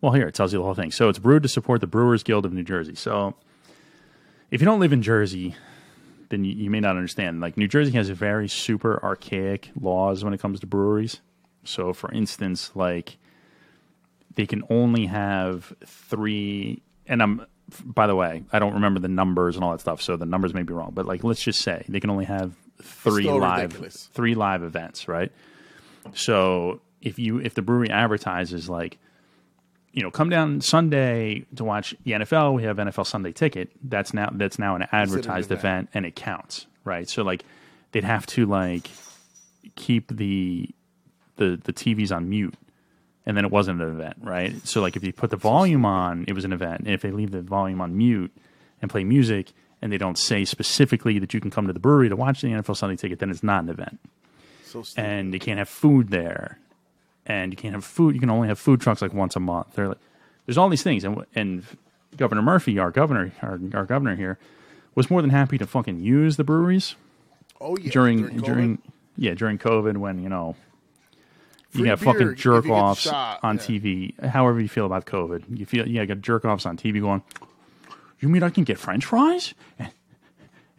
Well, here it tells you the whole thing. So it's brewed to support the Brewers Guild of New Jersey. So if you don't live in Jersey, then you, you may not understand. Like New Jersey has very super archaic laws when it comes to breweries. So, for instance, like they can only have three and i'm by the way i don't remember the numbers and all that stuff so the numbers may be wrong but like let's just say they can only have three
Still
live
ridiculous.
three live events right so if you if the brewery advertises like you know come down sunday to watch the nfl we have nfl sunday ticket that's now that's now an advertised
event.
event and it counts right so like they'd have to like keep the the the TVs on mute, and then it wasn't an event, right? So like if you put the volume on, it was an event. And if they leave the volume on mute and play music and they don't say specifically that you can come to the brewery to watch the NFL Sunday Ticket, then it's not an event.
So stupid.
And you can't have food there, and you can't have food. You can only have food trucks like once a month. They're like, there's all these things, and and Governor Murphy, our governor, our, our governor here, was more than happy to fucking use the breweries
oh yeah.
during during,
COVID,
yeah during COVID when you know you
Free
have
beer
fucking
if
jerk offs
you get shot,
on
yeah.
TV. However you feel about COVID, you feel yeah, you got jerk offs on TV going. You mean I can get French fries? And,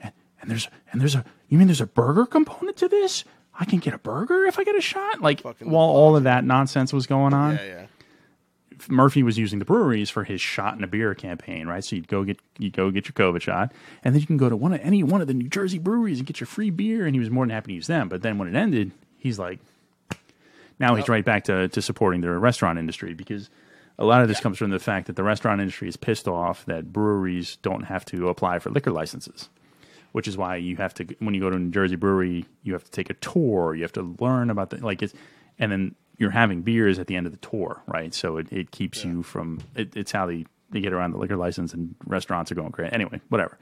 and- and there's and there's a you mean there's a burger component to this? I can get a burger if I get a shot. Like
Fucking
while all of that nonsense was going on,
Yeah, yeah.
Murphy was using the breweries for his shot and a beer campaign, right? So you'd go get you would go get your COVID shot, and then you can go to one of any one of the New Jersey breweries and get your free beer. And he was more than happy to use them. But then when it ended, he's like, now he's right back to to supporting the restaurant industry because a lot of this comes from the fact that the restaurant industry is pissed off that breweries don't have to apply for liquor licenses which is why you have to when you go to a New Jersey brewery, you have to take a tour, you have to learn about the like it's, and then you're having beers at the end of the tour, right? So it, it keeps you from it, it's how they they get around the liquor license and restaurants are going crazy. Anyway, whatever.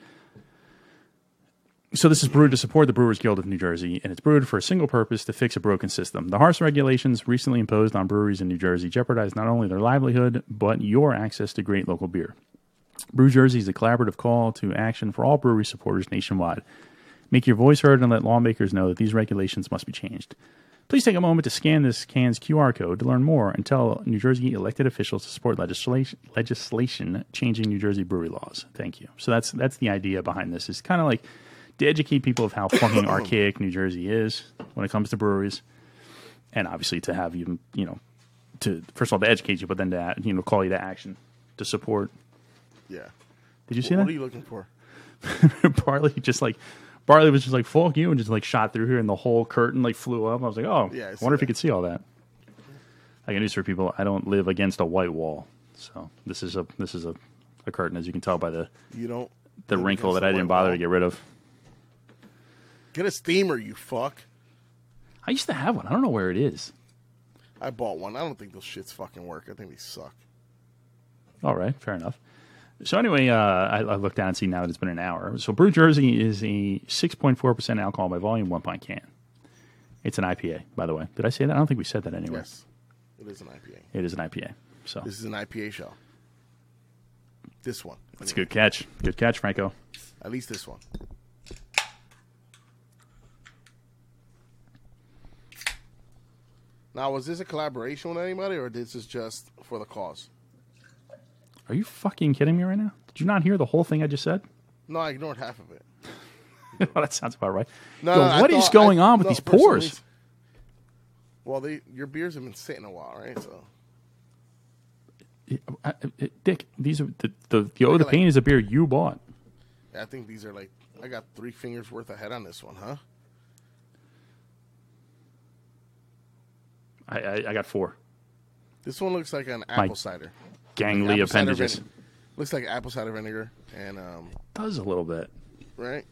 So this is brewed to support the Brewers Guild of New Jersey, and it's brewed for a single purpose to fix a broken system. The harsh regulations recently imposed on breweries in New Jersey jeopardize not only their livelihood but your access to great local beer. Brew Jersey is a collaborative call to action for all brewery supporters nationwide. Make your voice heard and let lawmakers know that these regulations must be changed. Please take a moment to scan this can's QR code to learn more and tell New Jersey elected officials to support legislation legislation changing New Jersey brewery laws. Thank you. So that's that's the idea behind this. It's kind of like to educate people of how fucking archaic New Jersey is when it comes to breweries, and obviously to have you you know to first of all to educate you, but then to you know call you to action to support.
Yeah.
Did you see
What
that?
are you looking for?
Barley just like Barley was just like fuck you and just like shot through here and the whole curtain like flew up. I was like, oh,
Yeah, I
I
see
wonder if you
that.
could see all that. I got news for people. I don't live against a white wall, so this is a this is a, a curtain as you can tell by the
You don't.
the
look
wrinkle
against
that I
the
didn't
white
bother
wall.
to get rid of.
Get a steamer, you fuck.
I used to have one. I don't know where it is.
I bought one. I don't think those shits fucking work. I think they suck.
All right, fair enough. So anyway, uh, I, I look down and see now that it's been an hour. So Brew Jersey is a 6.4% alcohol by volume, one pint can. It's an IPA, by the way. Did I say that? I don't think we said that anywhere.
Yes, it is an IPA.
It is an IPA. So
This is an IPA shell. This one.
That's a good catch. Good catch, Franco.
At least this one. Now, was this a collaboration with anybody, or this is just for the cause?
Are you fucking kidding me right now? Did you not hear the whole thing I just said?
No, I ignored half of it.
well, that sounds about right.
No,
Yo,
no, I
what is
thought-
going
I-
on with
no,
these
for some
pores?
reason- Well, they your beers have been sitting a while, right? So
I- I- I- Uh, Dick, these are the the, the Ode of
like-
Pain is a beer you bought.
I think these are like I got three fingers worth ahead on this one, huh?
I I, I got four
This one looks like an apple cider.
gangly
apple cider
appendages.
vinegar. Looks like apple cider vinegar and um,
Does a little bit.
right?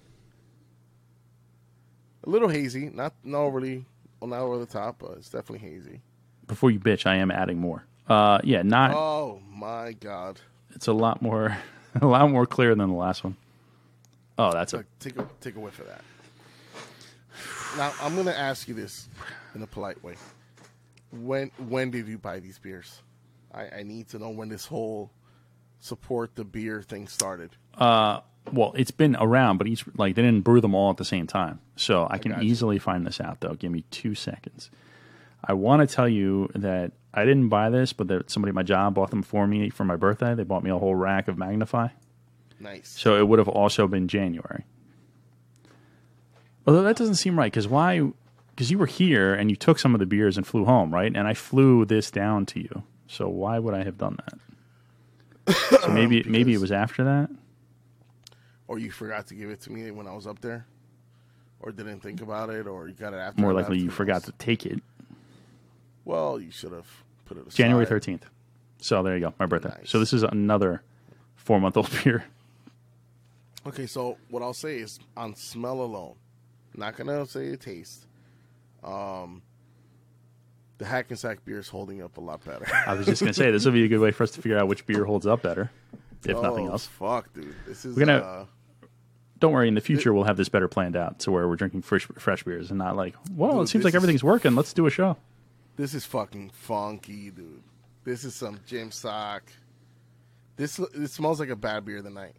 A little hazy, not not overly, well, not over the top, but it's definitely hazy.
Before you bitch, I am adding more. Uh, yeah, not.
Oh my god!
it's a lot more, a lot more clear than the last one. Oh, that's a
Like, take a take a whiff of that. Now I'm gonna ask you this in a polite way. When when did you buy these beers? I, I need to know when this whole support the beer thing started.
well. It's been around, but each like they didn't brew them all at the same time, so I can
gotcha.
easily find this out. Though, give me two seconds. I want to tell you that I didn't buy this, but that somebody at my job bought them for me for my birthday. They bought me a whole rack of Magnify,
Nice.
so it would have also been January. Although that doesn't seem right, because why? Because you were here and you took some of the beers and flew home, right? And I flew this down to you, so why would I have done that? So maybe maybe it was after that.
Or you forgot to give it to me when I was up there, or didn't think about it, or you got it after.
More
I
likely,
left.
you forgot to take it.
Well, you should have put it aside.
January thirteenth. So there you go, my birthday.
Nice.
So this is another four month old beer.
Okay, so what I'll say is on smell alone, not gonna say the taste. Um, the Hackensack beer is holding up a lot better.
I was just gonna say this would be a good way for us to figure out which beer holds up better, if nothing
Oh,
else.
fuck, dude, this is
We're gonna-
uh,
don't worry. In the future, we'll have this better planned out to where we're drinking fresh fresh beers and not like, well, it seems
this
like
is-
everything's working. Let's do a show.
This is fucking funky, dude. This is some gym sock. This it smells like a bad beer of the night.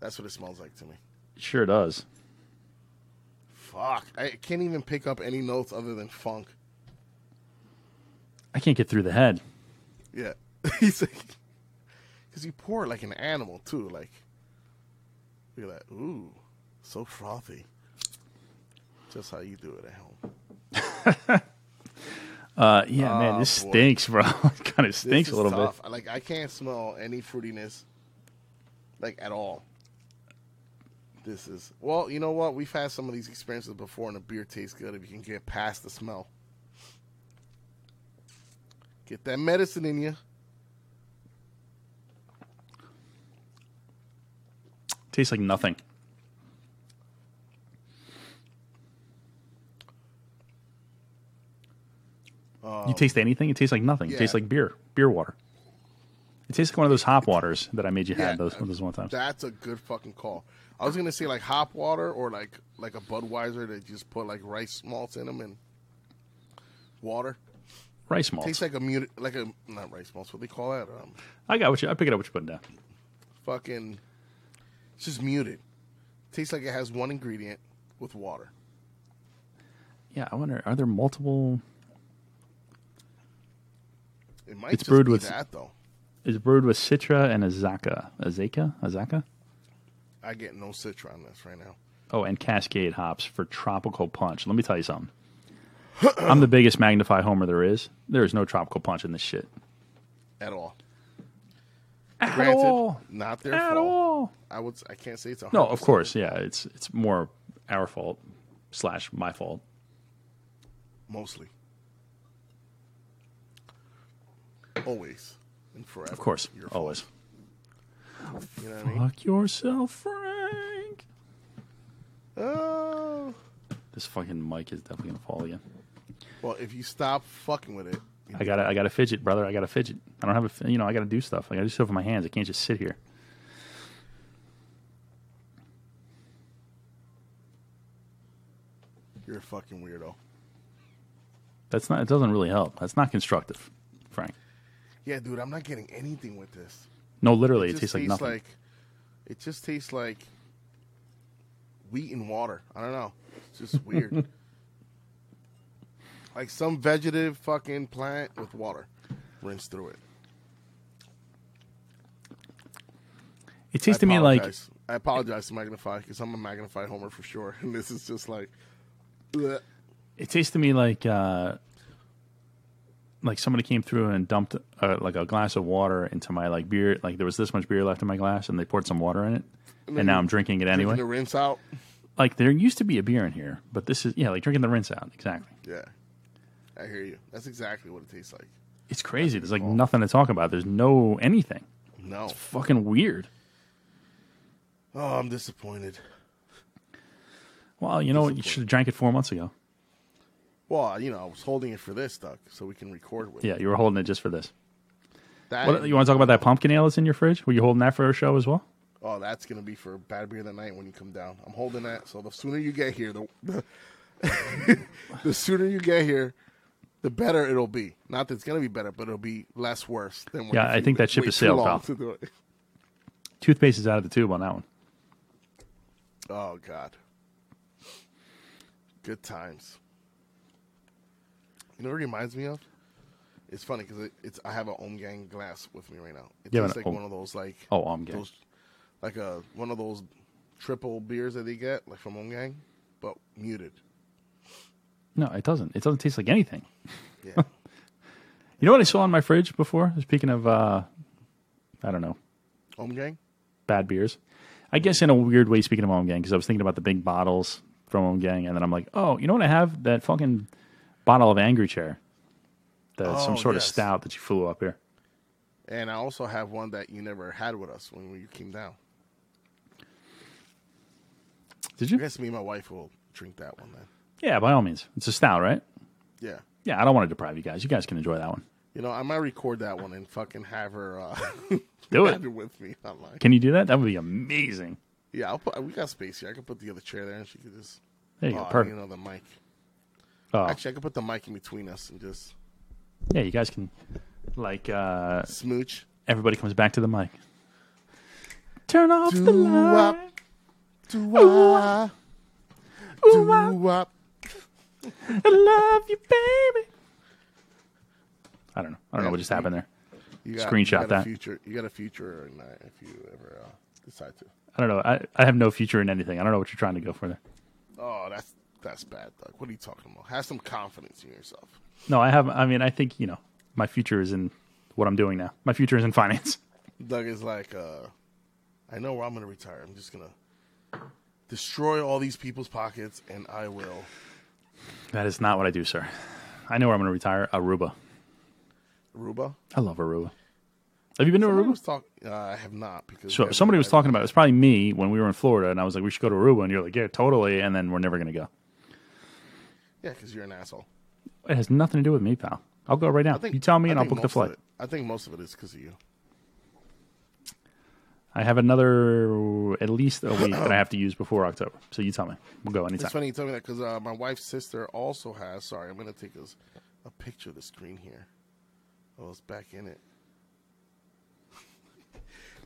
That's what it smells like to me.
It sure does.
Fuck, I can't even pick up any notes other than funk.
I can't get through the head.
Yeah, he's like, because you pour it like an animal too. Like, you're like, ooh, so frothy. Just how you do it at home.
Uh, yeah, man,
Oh,
this
boy.
stinks, bro. it kind of
This
stinks a
is
little bit.
tough. Like I can't smell any fruitiness, like at all. This is well, you know what? We've had some of these experiences before, and a beer tastes good if you can get past the smell. Get that medicine in you.
Tastes like nothing. you taste anything, it tastes like nothing. It tastes
Oh. Yeah.
like beer, beer water. It tastes like one of those hop waters that I made you
Yeah,
have those those one times.
That's a good fucking call. I was gonna say like hop water or like like a Budweiser that just put like rice malts in them and water.
Rice malt.
Tastes like a mut like a not rice malts. What they call that? Um,
I got what you. I pick it up what you're putting down.
fucking. It's just muted. Tastes like it has one ingredient with water.
Yeah, I wonder. Are there multiple?
It might.
It's
just
brewed
be
with-
that though.
Is brewed with Citra and Azaka, Azaka, Azaka.
I get no citra on this right now.
Oh, and Cascade hops for tropical punch. Let me tell you something. I'm the biggest magnify homer there is. There is no tropical punch in this shit.
At all.
At
Granted,
all.
not their
At
fault.
all.
I would. s- I can't say it's a
No, of course. Yeah, it's it's more our fault slash my fault.
mostly. Always and forever.
Of course,
Your fault.
always.
You know what I mean?
Fuck yourself, Frank.
Oh.
This fucking mic is definitely gonna fall again.
Well, if you stop fucking with it,
I gotta, I gotta fidget, brother. I gotta fidget. I don't have a, fi- you know, I gotta do stuff. I gotta do stuff with my hands. I can't just sit here.
you're a fucking weirdo.
That's not. It doesn't really help. That's not constructive, Frank.
Yeah, dude, I'm not getting anything with this.
No, literally, it,
just
tastes like nothing.
it just tastes like wheat and water. I don't know. It's just weird. like some vegetative fucking plant with water. Rinse through it.
it tastes
I
to me like
apologize. I apologize to Magnify because I'm a Magnify homer for sure, and this is just like. bleh.
it tastes to me like uh, like somebody came through and dumped uh, like a glass of water into my like beer. Like there was this much beer left in my glass, and they poured some water in it, and now I'm drinking it anyway.
Drinking the rinse out.
like there used to be a beer in here, but this is yeah, like drinking the rinse out. Exactly.
Yeah, I hear you. That's exactly what it tastes like.
It's crazy. There's like nothing to talk about. There's no anything.
No.
Fucking weird.
Oh, I'm disappointed.
Well, you know what? You should have drank it four months ago.
Well, you know, I was holding it for this, Doug, so we can record with it.
Yeah, you were holding it just for this.
That,
What, you want to talk about that pumpkin ale that's in your fridge? Were you holding that for our show as well?
Oh, that's gonna be for bad beer of the night when you come down. I'm holding that. So the sooner you get here, the the, the sooner you get here, the better it'll be. Not that it's gonna be better, but it'll be less worse than when
Yeah,
if
I
you
think that
wait-
ship
wait
has
too
sailed,
long
pal.
to do it.
Toothpaste is out of the tube on that one.
Oh God, good times. You know what it reminds me of? It's funny because it, it's I have an Om Gang glass with me right now. It
You have
tastes
an
like
Om-
one of those like
Oh, I'm getting.
those like a one of those triple beers that they get like from Om Gang, but muted.
No, it doesn't. It doesn't taste like anything.
Yeah,
You know what I saw in my fridge before? Speaking of, uh, I don't know,
Om Gang.
bad beers. I guess in a weird way, speaking of Om Gang, because I was thinking about the big bottles from Om Gang, and then I'm like, oh, you know what I have? That fucking bottle of Angry Chair. That's
Oh,
some sort
yes.
of stout that you flew up here.
And I also have one that you never had with us when you came down.
Did
I
you?
guess me and my wife will drink that one then.
Yeah, by all means. It's a stout, right?
Yeah.
Yeah, I don't want to deprive you guys. You guys can enjoy that one.
You know, I might record that one and fucking have her uh,
Do
have
it.
it with me online.
Can you do that? That would be amazing.
Yeah, I'll put, we got space here. I can put the other chair there, and she could just.
There you
oh,
go. Perfect.
You know the mic.
Oh,
Actually, I could put the mic in between us and just
yeah, you guys can like uh
smooch.
everybody comes back to the mic. Turn off the
Doo-wop.
light. ah.
Doo-wop.
Ooh-wah.
Doo-wop.
I love you, baby. I don't know. I don't know what just happened there.
You got,
Screenshot
you got
that.
A future, you got a future in that if you ever uh, decide to.
I don't know. I, I have no future in anything. I don't know what you're trying to go for there.
Oh, that's that's bad, Doug. What are you talking about? Have some confidence in yourself.
No, I have. I mean, I think you know, my future is in what I'm doing now. My future is in finance.
Doug is like, uh, I know where I'm going to retire. I'm just going to destroy all these people's pockets, and I will.
That is not what I do, sir. I know where I'm going to retire. Aruba.
Aruba?
I love Aruba. Have you been to
Somebody
Aruba?
was talk- uh, I have not because
So somebody was talking about it. It was probably me when we were in Florida, and I was like, "We should go to Aruba," and you're like, "Yeah, totally," and then we're never going to go.
Yeah, because you're an asshole.
It has nothing to do with me, pal. I'll go right now.
I think
you tell me,
I
and I'll book
think
the
most of
flight.
it- I think most of it is because of you.
I have another at least a week that I have to use before October. So you tell me. We'll go anytime.
It's funny you tell me that because uh, my wife's sister also has. Sorry, I'm going to take us a picture of the screen here. Oh, it's back in it.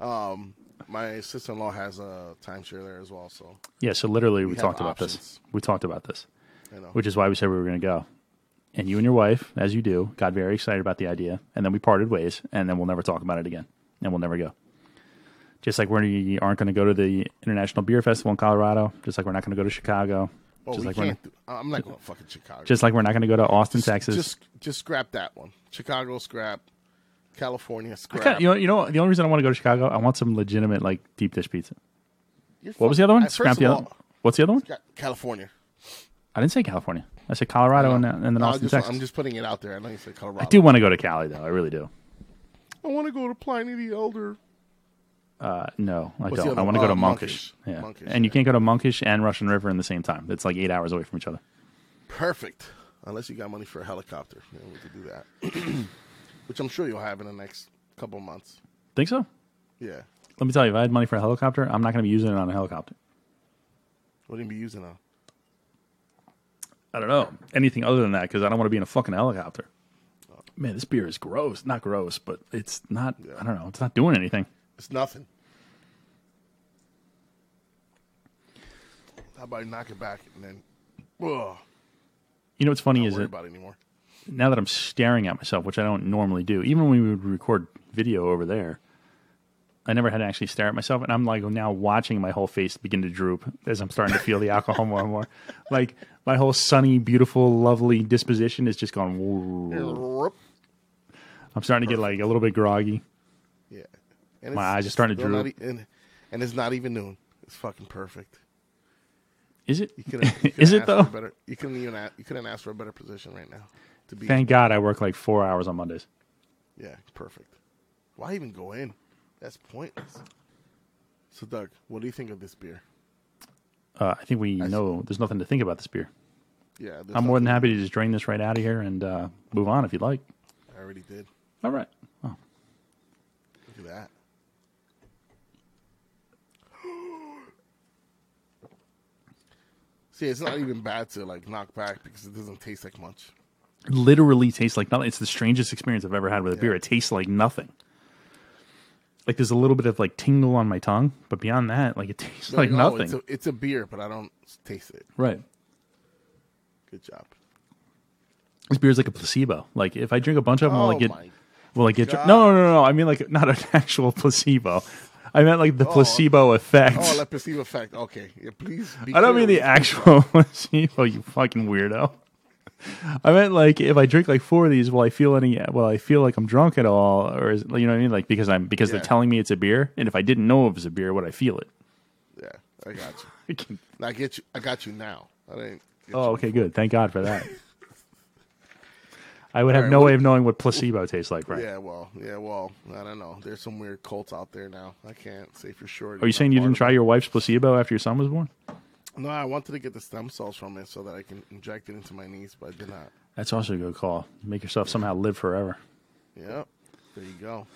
um, my sister-in-law has a timeshare there as well, so
Yeah, so literally we,
have
talked about this.
options.
We talked about this,
I know.
which is why we said we were going to go. And you and your wife, as you do, got very excited about the idea, and then we parted ways, and then we'll never talk about it again, and we'll never go. Just like we aren't going to go to the International Beer Festival in Colorado, just like we're not going to go to Chicago,
Oh,
just
we
like we're
can't.
not,
do- I'm not going to fucking Chicago.
just like we're not going to go to Austin, Texas.
just just scrap that one. Chicago scrap, California scrap.
Okay, you know, you know, the only reason I want to go to Chicago, I want some legitimate like deep dish pizza.
You're
What was
fucking-
the other one?
First
Scrap
of
the
all,
other. What's the other one?
Ca- California.
I didn't say California. I said Colorado and, and then
No, I
Austin,
just-
Texas.
I'm just putting it out there. I know you said Colorado.
I do want to go to Cali though. I really do.
I want to go to Pliny the Elder.
Uh, no, I
the
don't.
other
I want to
one?
go to
Oh,
Monkish.
Monkish.
Yeah.
Monkish,
and you
yeah.
can't go to Monkish and Russian River in the same time. It's like eight hours away from each other.
Perfect. Unless you got money for a helicopter, you're able to do that, which I'm sure you'll have in the next couple months.
Think so?
Yeah.
Let me tell you, if I had money for a helicopter, I'm not going to be using it on a helicopter.
What do you be using on?
I don't know anything other than that because I don't want to be in a fucking helicopter. Man, this beer is gross. Not gross, but it's not. I don't know. It's not doing anything.
It's nothing. How about you knock it back and then, ugh,
You know what's funny
don't
is
worry
that
about it anymore.
now that I'm staring at myself, which I don't normally do, even when we would record video over there, I never had to actually stare at myself. And I'm like now watching my whole face begin to droop as I'm starting to feel the alcohol more and more. Like my whole sunny, beautiful, lovely disposition is just gone. woo. I'm starting to get like a little bit groggy.
Yeah. And
My
it's-
eyes are
it's
starting to
still not
droop.
e- and, and it's not even noon. It's fucking perfect.
Is it?
You couldn't- you
Is
couldn't
it
ask
though?
For a better, you couldn't even ask, you couldn't ask for a better position right now to be.
Thank God I work like four hours on Mondays.
Yeah, perfect. Why even go in? That's pointless. So, Doug, what do you think of this beer?
Uh, I think we know there's nothing to think about this beer.
Yeah,
I'm more than happy to just drain this right out of here and uh, move on if you'd like.
I already did.
All right. Oh,
Look at that. See, it's not even bad to like knock back because it doesn't taste like much.
literally tastes like nothing. It's the strangest experience I've ever had with a beer. It tastes like nothing. Like there's a little bit of like tingle on my tongue, but beyond that, like it tastes like
oh,
nothing.
it's a, it's a beer, but I don't taste it.
right.
Good job.
This beer is like a placebo. Like if I drink a bunch of them, will I
Oh
get?
my
Will I get? Dr-
God.
no, no, no, no. I mean like not an actual placebo. I meant like the placebo effect.
Oh, let placebo effect. Okay, yeah, please. Be
I don't
clear
mean the
with-
actual placebo. You fucking weirdo. I meant like if I drink like four of these, will I feel any? Will I feel like I'm drunk at all, or is, you know what I mean? Like because I'm because they're
Yeah.
telling me it's a beer, and if I didn't know it was a beer, would I feel it?
Yeah, I got you.
I can-
I get you. I got you now. I didn't. get
oh,
you.
okay, good. Thank God for that. I would have
right,
no
what-
way of knowing what placebo tastes like, right?
Yeah, well, yeah, well, I don't know. There's some weird cults out there now. I can't say for sure.
Are you saying you didn't try your wife's placebo after your son was born?
No, I wanted to get the stem cells from it so that I can inject it into my niece, but I did not.
That's also a good call. Make yourself somehow live forever.
Yep. There you go.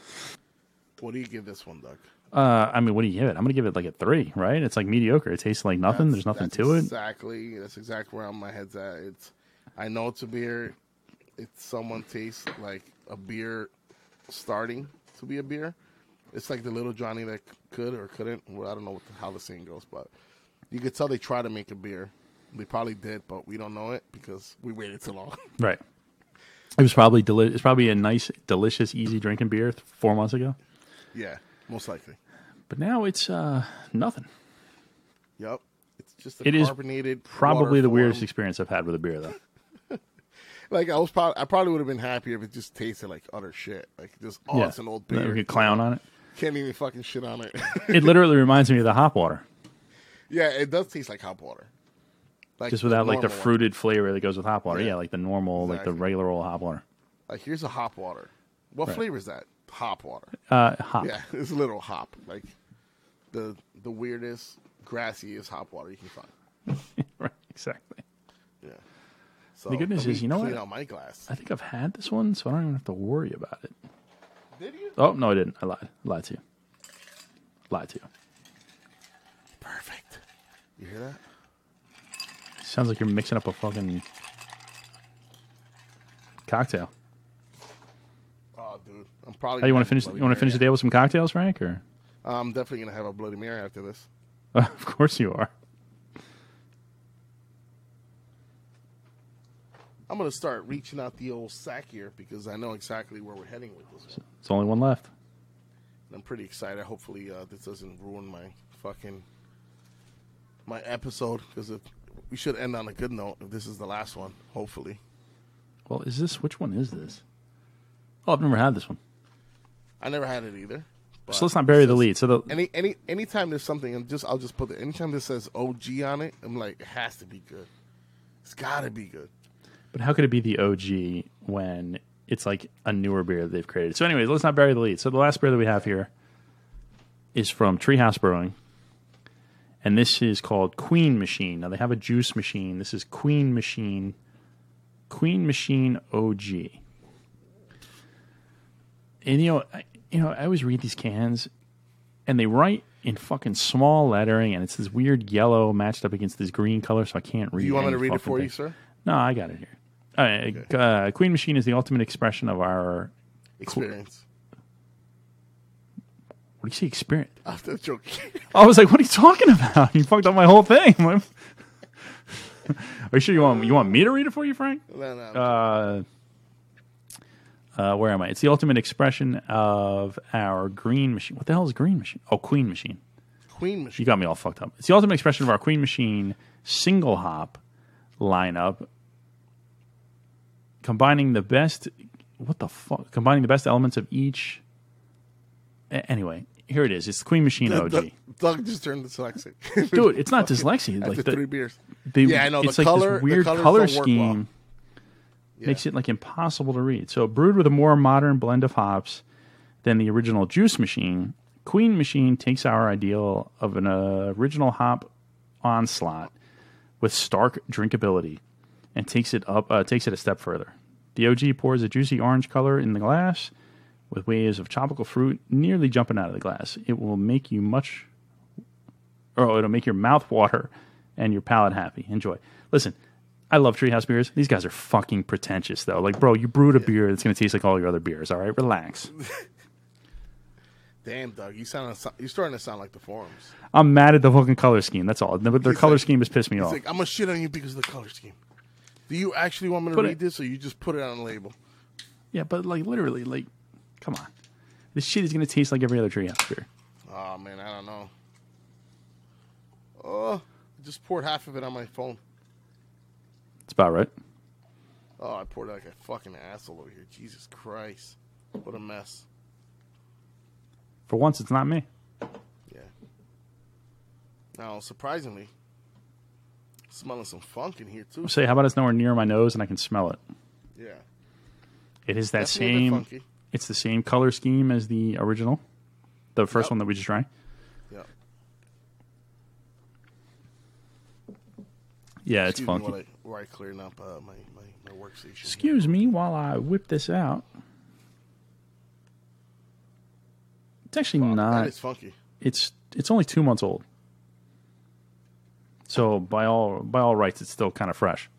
What do you give this one, Doug?
Uh, I mean, what do you give it? I'm gonna give it like a three, right? It's like mediocre. It tastes like nothing. There's nothing
That's
to it.
Exactly. That's exactly where my head's at. It's I know it's a beer. It's someone tastes like a beer starting to be a beer. It's like the little Johnny that c- could or couldn't. Well, I don't know what the, how the saying goes, but you could tell they tried to make a beer. They probably did, but we don't know it because we waited too long.
Right. It was probably deli- It's probably a nice, delicious, easy drinking beer th- four months ago,
yeah, most likely.
but now it's uh, nothing.
Yep. It's just a
It is
carbonated.
Probably
water
the weirdest
form.
experience I've had with a beer, though.
Like I was probably, I probably would have been happier if it just tasted like utter shit. Like just, oh, it's an old
Then
beer.
We could clown on it.
Can't even fucking shit on it.
It literally reminds me of the hop water,
yeah, it does taste like hop water. Like
just without like the
normal one.
fruited flavor that goes with hop water.
Yeah.
Yeah, like the normal, like the
Exactly.
regular old hop water.
Like here's a hop water. What flavor is that? Hop water.
Uh, hop.
Yeah, it's a little hop. Like the the weirdest, grassiest hop water you can find.
Right, exactly.
Yeah. So
The good news
let me
is, you know
clean
what?
out my glass.
I think I've had this one, so I don't even have to worry about it.
Did you?
Oh no, I didn't. I lied. Lied to you. Lied to you.
Perfect. You hear that?
Sounds like you're mixing up a fucking cocktail.
Oh, dude, I'm probably.
How you want
gonna
to finish?
have a
You want to
Bloody
finish the
Mary.
day with some cocktails, Frank? Or
I'm definitely gonna have a Bloody Mary after this.
of course you are.
I'm gonna start reaching out the old sack here because I know exactly where we're heading with this. One.
It's only one left.
And I'm pretty excited. Hopefully, uh, this doesn't ruin my fucking my episode because if we should end on a good note, if this is the last one, hopefully.
Well, is this which one is this? Oh, I've never had this one.
I never had it either. But
So let's not bury the lead. So the
Any any anytime there's something, I'm just I'll just put it. Anytime this says OG on it, I'm like, it has to be good. It's gotta be good.
But how could it be the OG when it's like a newer beer that they've created? So, anyways, let's not bury the lead. So, the last beer that we have here is from Treehouse Brewing, and this is called Queen Machine. Now, they have a juice machine. This is Queen Machine, Queen Machine OG. And you know, I, you know, I always read these cans, and they write in fucking small lettering, and it's this weird yellow matched up against this green color, so I can't read.
You want me
any
to read it
fucking
for
thing.
you, sir?
No, I got it here. All right, uh, Queen Machine is the ultimate expression of our.
Experience.
What do you say, experience?
I'm just joking.
I was like, "What are you talking about? You fucked up my whole thing." are you sure you want you want me to read it for you, Frank?
no, no.
Uh, uh, where am I? It's the ultimate expression of our green machine. What the hell is green machine? Oh, Queen Machine.
Queen
You
machine.
got me all fucked up. It's the ultimate expression of our Queen Machine single hop lineup, combining the best. What the fuck? Combining the best elements of each. A- Anyway, here it is. It's the Queen Machine OG.
Doug, Doug just turned dyslexic.
Dude, it's not dyslexia.
After
Like
three
the,
beers.
the,
Yeah, I know.
It's
The
like
color-
this
the
weird
colors
color
don't work well.
scheme makes it like impossible to read. So brewed with a more modern blend of hops than the original Juice Machine, Queen Machine takes our ideal of an uh, original hop onslaught with stark drinkability and takes it up uh, takes it a step further. The OG pours a juicy orange color in the glass with waves of tropical fruit nearly jumping out of the glass. It will make you much or it'll make your mouth water and your palate happy. Enjoy. Listen, I love treehouse beers. These guys are fucking pretentious though. Like, bro, you brewed a beer that's gonna taste like all your other beers. All right, relax.
Damn, Doug, you sound you're starting to sound like the forums.
I'm mad at the fucking color scheme. That's all. Their their
He's
color
like-
scheme has pissed me
It's
off.
like I'm gonna shit on you because of the color scheme. Do you actually want me to
Put
read
it-
this, or you just put it on a label?
yeah, but like literally, like, come on. This shit is gonna taste like every other treehouse beer.
Oh man, I don't know. Oh, I just poured half of it on my phone.
That's about right.
Oh, I poured it like a fucking asshole over here. Jesus Christ, what a mess.
For once, it's not me.
Yeah. Now, surprisingly, smelling some funk in here too.
Say, how about it's nowhere near my nose and I can smell it?
Yeah.
It is that
That's a little bit
same.
funky.
It's the same color scheme as the original, the first
Yep.
one that we just drank.
Yeah.
Yeah, it's
Excuse me
funky.
while I, while I clearing up uh, my, my my workstation. here.
Excuse me while I whip this out. It's actually
Fuck,
not.
that is funky.
it's it's only two months old. So by all by all rights, it's still kind of fresh.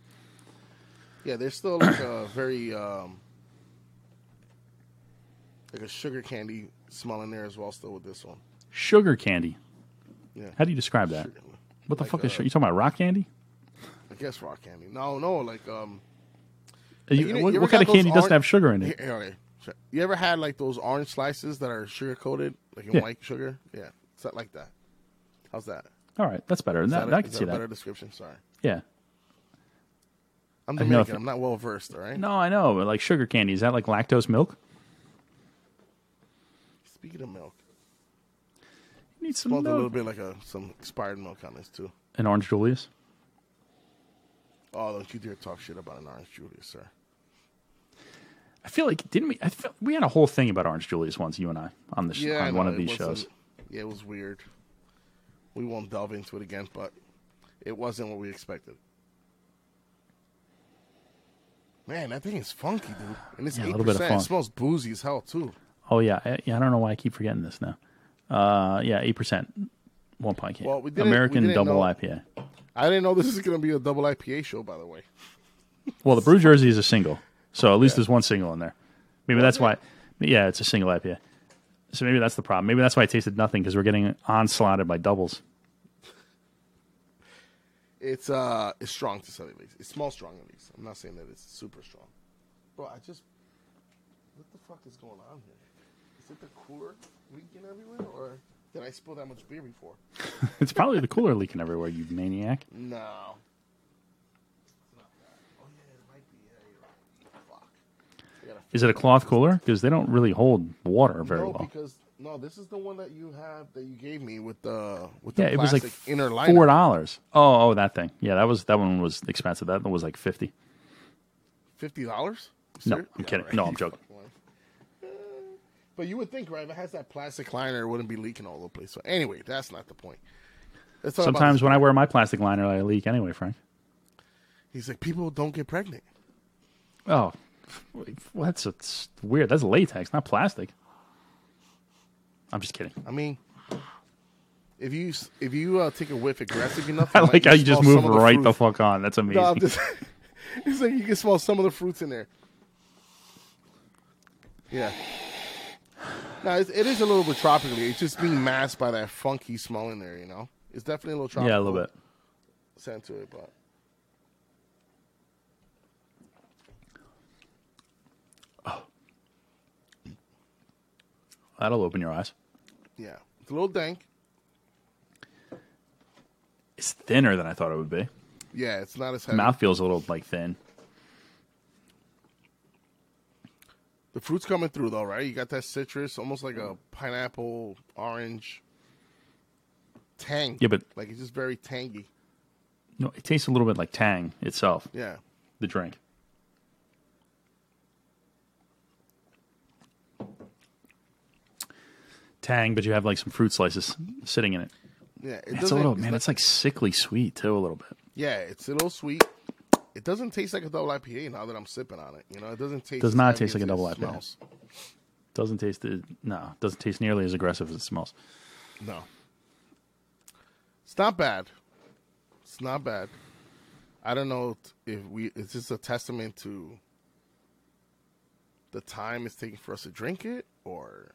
Yeah, there's still like a very um, like a sugar candy smell in there as well. Still with this one,
Sugar candy.
yeah.
How do you describe that?
Sugar-
What the
like,
fuck is
uh,
sugar? You talking about rock candy?
I guess rock candy. No, no, like um,
Are you-
you know-
what
you ever
what kind
got
of
those
candy doesn't
orange-
have sugar in
here,
it?
here, okay. So, You ever had like those orange slices that are sugar coated, like in
Yeah.
white sugar? Yeah, it's not like that. How's that?
All right, that's better.
Is
That,
a-
I can
is
see
a
that.
better description. Sorry,
Yeah.
I'm
I know if
Dominican. I'm not well versed. All right.
No, I know, but like sugar candy, is that like lactose milk?
Speaking of milk,
You need some
smells a little
milk.
bit like a some expired milk on this too.
An orange Julius.
Oh, don't you dare talk shit about an orange Julius, sir.
I feel like didn't we? I feel, we had a whole thing about orange Julius once, you and I, on the sh-
I
on one
know,
of
it
these
wasn't-
shows.
Yeah, it was weird. We won't delve into it again, but it wasn't what we expected. Man, that thing is funky, dude. And it's
Yeah, a
eight
little bit of
percent. It
funk.
smells boozy as hell too.
Oh yeah, I, yeah. I don't know why I keep forgetting this now. Uh, yeah, eight percent, one pint can.
Well, we didn't- we
American
didn't
double
know-
IPA.
I didn't know this is going to be a double IPA show, by the way.
Well, the Brew Jersey is a single, so at least there's one single in there. Maybe that's why. Yeah, it's a single IPA. So maybe that's the problem. Maybe that's why it tasted nothing because we're getting onslaughted by doubles.
It's uh, it's strong to say the least. It smells strong at least. I'm not saying that it's super strong. Bro, I just what the fuck is going on here? Is it the cooler leaking everywhere, or did I spill that much beer before?
it's probably the cooler leaking everywhere, you maniac.
No. It's not that. Oh yeah, it might be. Yeah, you're right. Fuck. I gotta
Is it a cloth cooler? Because they don't really hold water very
no,
well.
because no, this is the one that you have that you gave me with the with the
Yeah, it was
plastic
like
inner liner.
four dollars. Oh, oh, that thing. Yeah, that was that one was expensive. That one was like fifty.
Fifty dollars?
No, I'm kidding. No, I'm joking.
Uh, But you would think, right? If it has that plastic liner, it wouldn't be leaking all over the place. So anyway, that's not the point. Let's talk about
Sometimes
this-
when I wear my plastic liner, I leak anyway, Frank.
he's like, people don't get pregnant.
Oh, well, that's it's weird. That's latex, not plastic. I'm just kidding.
I mean, if you s- if you uh, take a whiff aggressive enough,
I like how you just
smell
move
some of the
right
fruit.
the fuck on. That's amazing.
No, I'm just. it's like you can smell some of the fruits in there. Yeah. No, it's, it is a little bit tropical. It's just being masked by that funky smell in there. You know, it's definitely a little tropical.
yeah, a little bit.
Scent to it, but
That'll open your eyes.
yeah, it's a little dank.
It's thinner than I thought it would be.
Yeah, it's not as
The
heavy.
mouth feels a little like thin.
The fruit's coming through though, right? You got that citrus, almost like a pineapple, orange tang.
Yeah, but-
like it's just very tangy.
No, it tastes a little bit like Tang itself.
Yeah,
The drink. Tang, but you have like some fruit slices sitting in it.
yeah. It
It's a
doesn't-
little
it's
man.
not-
It's like sickly sweet too, a little bit.
Yeah, it's a little sweet. It doesn't taste like a double IPA now that I'm sipping on it. You know, it doesn't taste.
Does not
as heavy
taste like
as
a
it
double IPA.
smells.
Doesn't taste it- no. Doesn't taste nearly as aggressive as it smells.
No, it's not bad. It's not bad. I don't know if we. It's just a testament to the time it's taking for us to drink it, or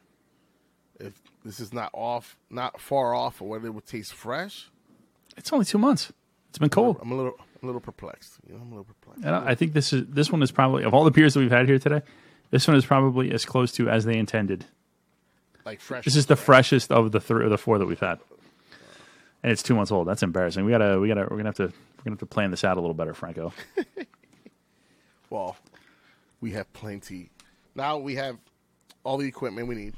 if this is not off, not far off, or whether it would taste fresh.
It's only two months. It's been cold.
I'm a little, I'm a little perplexed. You know, I'm a little perplexed.
And I I think this is this one is probably of all the beers that we've had here today, this one is probably as close to as they intended.
Like fresh.
This is the freshest of the three or the four that we've had, and it's two months old. That's embarrassing. We gotta we gotta we're gonna have to we're gonna have to plan this out a little better, Franco.
Well, we have plenty. Now we have all the equipment we need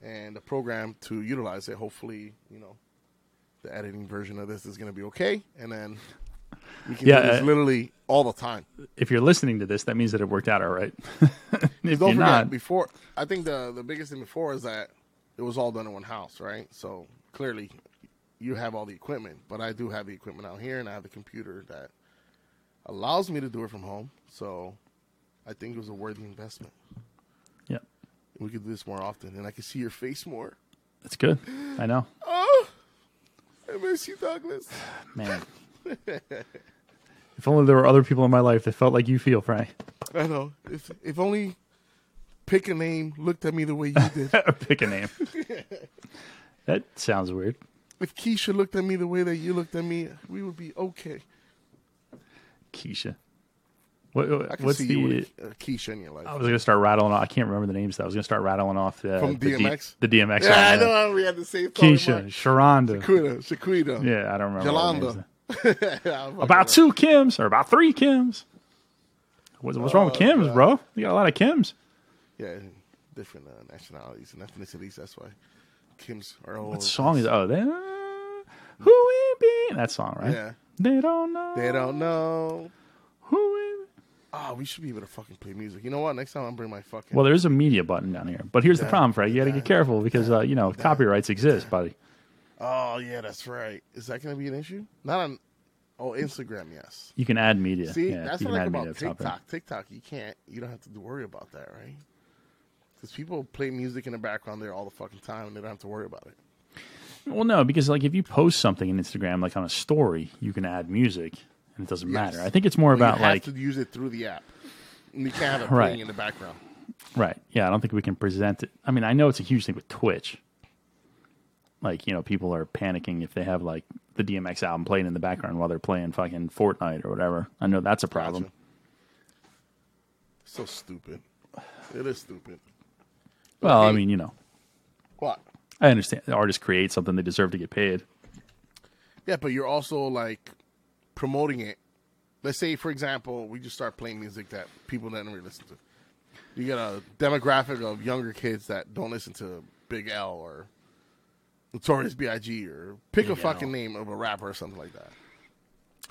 and a program to utilize it. Hopefully, you know, the editing version of this is going to be okay. And then we can
Yeah,
do this
uh,
literally all the time.
if you're listening to this, that means that it worked out all right. if
Don't
you're
forget,
not,
before, I think the, the biggest thing before is that it was all done in one house, right? So clearly you have all the equipment, but I do have the equipment out here and I have the computer that allows me to do it from home. So I think it was a worthy investment.
yeah,
We could do this more often, and I can see your face more.
That's good. I know,
Oh, I miss you, Douglas.
man. if only there were other people in my life that felt like you feel, Frank.
I know. If if only pick a name looked at me the way you did.
Pick a name. that sounds weird.
if Keisha looked at me the way that you looked at me, we would be okay.
Keisha. What, what-
I can
what's
see
the? Oh,
you with a Keisha in your life.
I was gonna start rattling. off I can't remember the names. Though. I was gonna start rattling off uh, the
From
the D-
DMX?
The, DMX.
yeah, I
album.
know. We had the same thought.
Keisha, Sharonda.
Shaquita, Shaquita.
Yeah, I don't remember. all the names.
Yolanda.
About
uh,
two Kims or about three Kims. What's, what's
Uh,
wrong with Kims, bro? You got a lot of Kims.
Yeah, different uh, nationalities and ethnicities. That's why Kim's are all.
What song is? Oh, they who we be? That song, right?
Yeah.
They don't know.
They don't know.
who we be.
Ah, we should be able to fucking play music. You know what? Next time I'll bring my fucking.
Well, there is a media button down here, but here's the
Yeah.
problem, Frank. You got to get careful because uh, you know copyrights exist, buddy.
oh yeah, that's right. Is that going to be an issue? Not on. Oh, Instagram, yes.
You can add media.
See,
yeah,
that's
you can
what I like
add media
about
at the top there.
TikTok. TikTok, you can't, you don't have to worry about that, right? Because people play music in the background there all the fucking time, and they don't have to worry about it.
Well, no, because like if you post something in Instagram, like on a story, you can add music, and it doesn't
Yes.
matter. I think it's more
But
about
you have
like
to use it through the app. And you can't have it
Right.
playing in the background.
right. Yeah, I don't think we can present it. I mean, I know it's a huge thing with Twitch. Like you know, people are panicking if they have like the DMX album playing in the background while they're playing fucking Fortnite or whatever. I know that's a problem.
Gotcha. So stupid. It is stupid.
Well, I
Hey.
mean, you know,
What?
I understand the artists create something they deserve to get paid.
Yeah, but you're also like promoting it. Let's say, for example, we just start playing music that people don't really listen to. You get a demographic of younger kids that don't listen to Big L or Notorious B.I.G. or pick a
Big L.
fucking name of a rapper or something like that.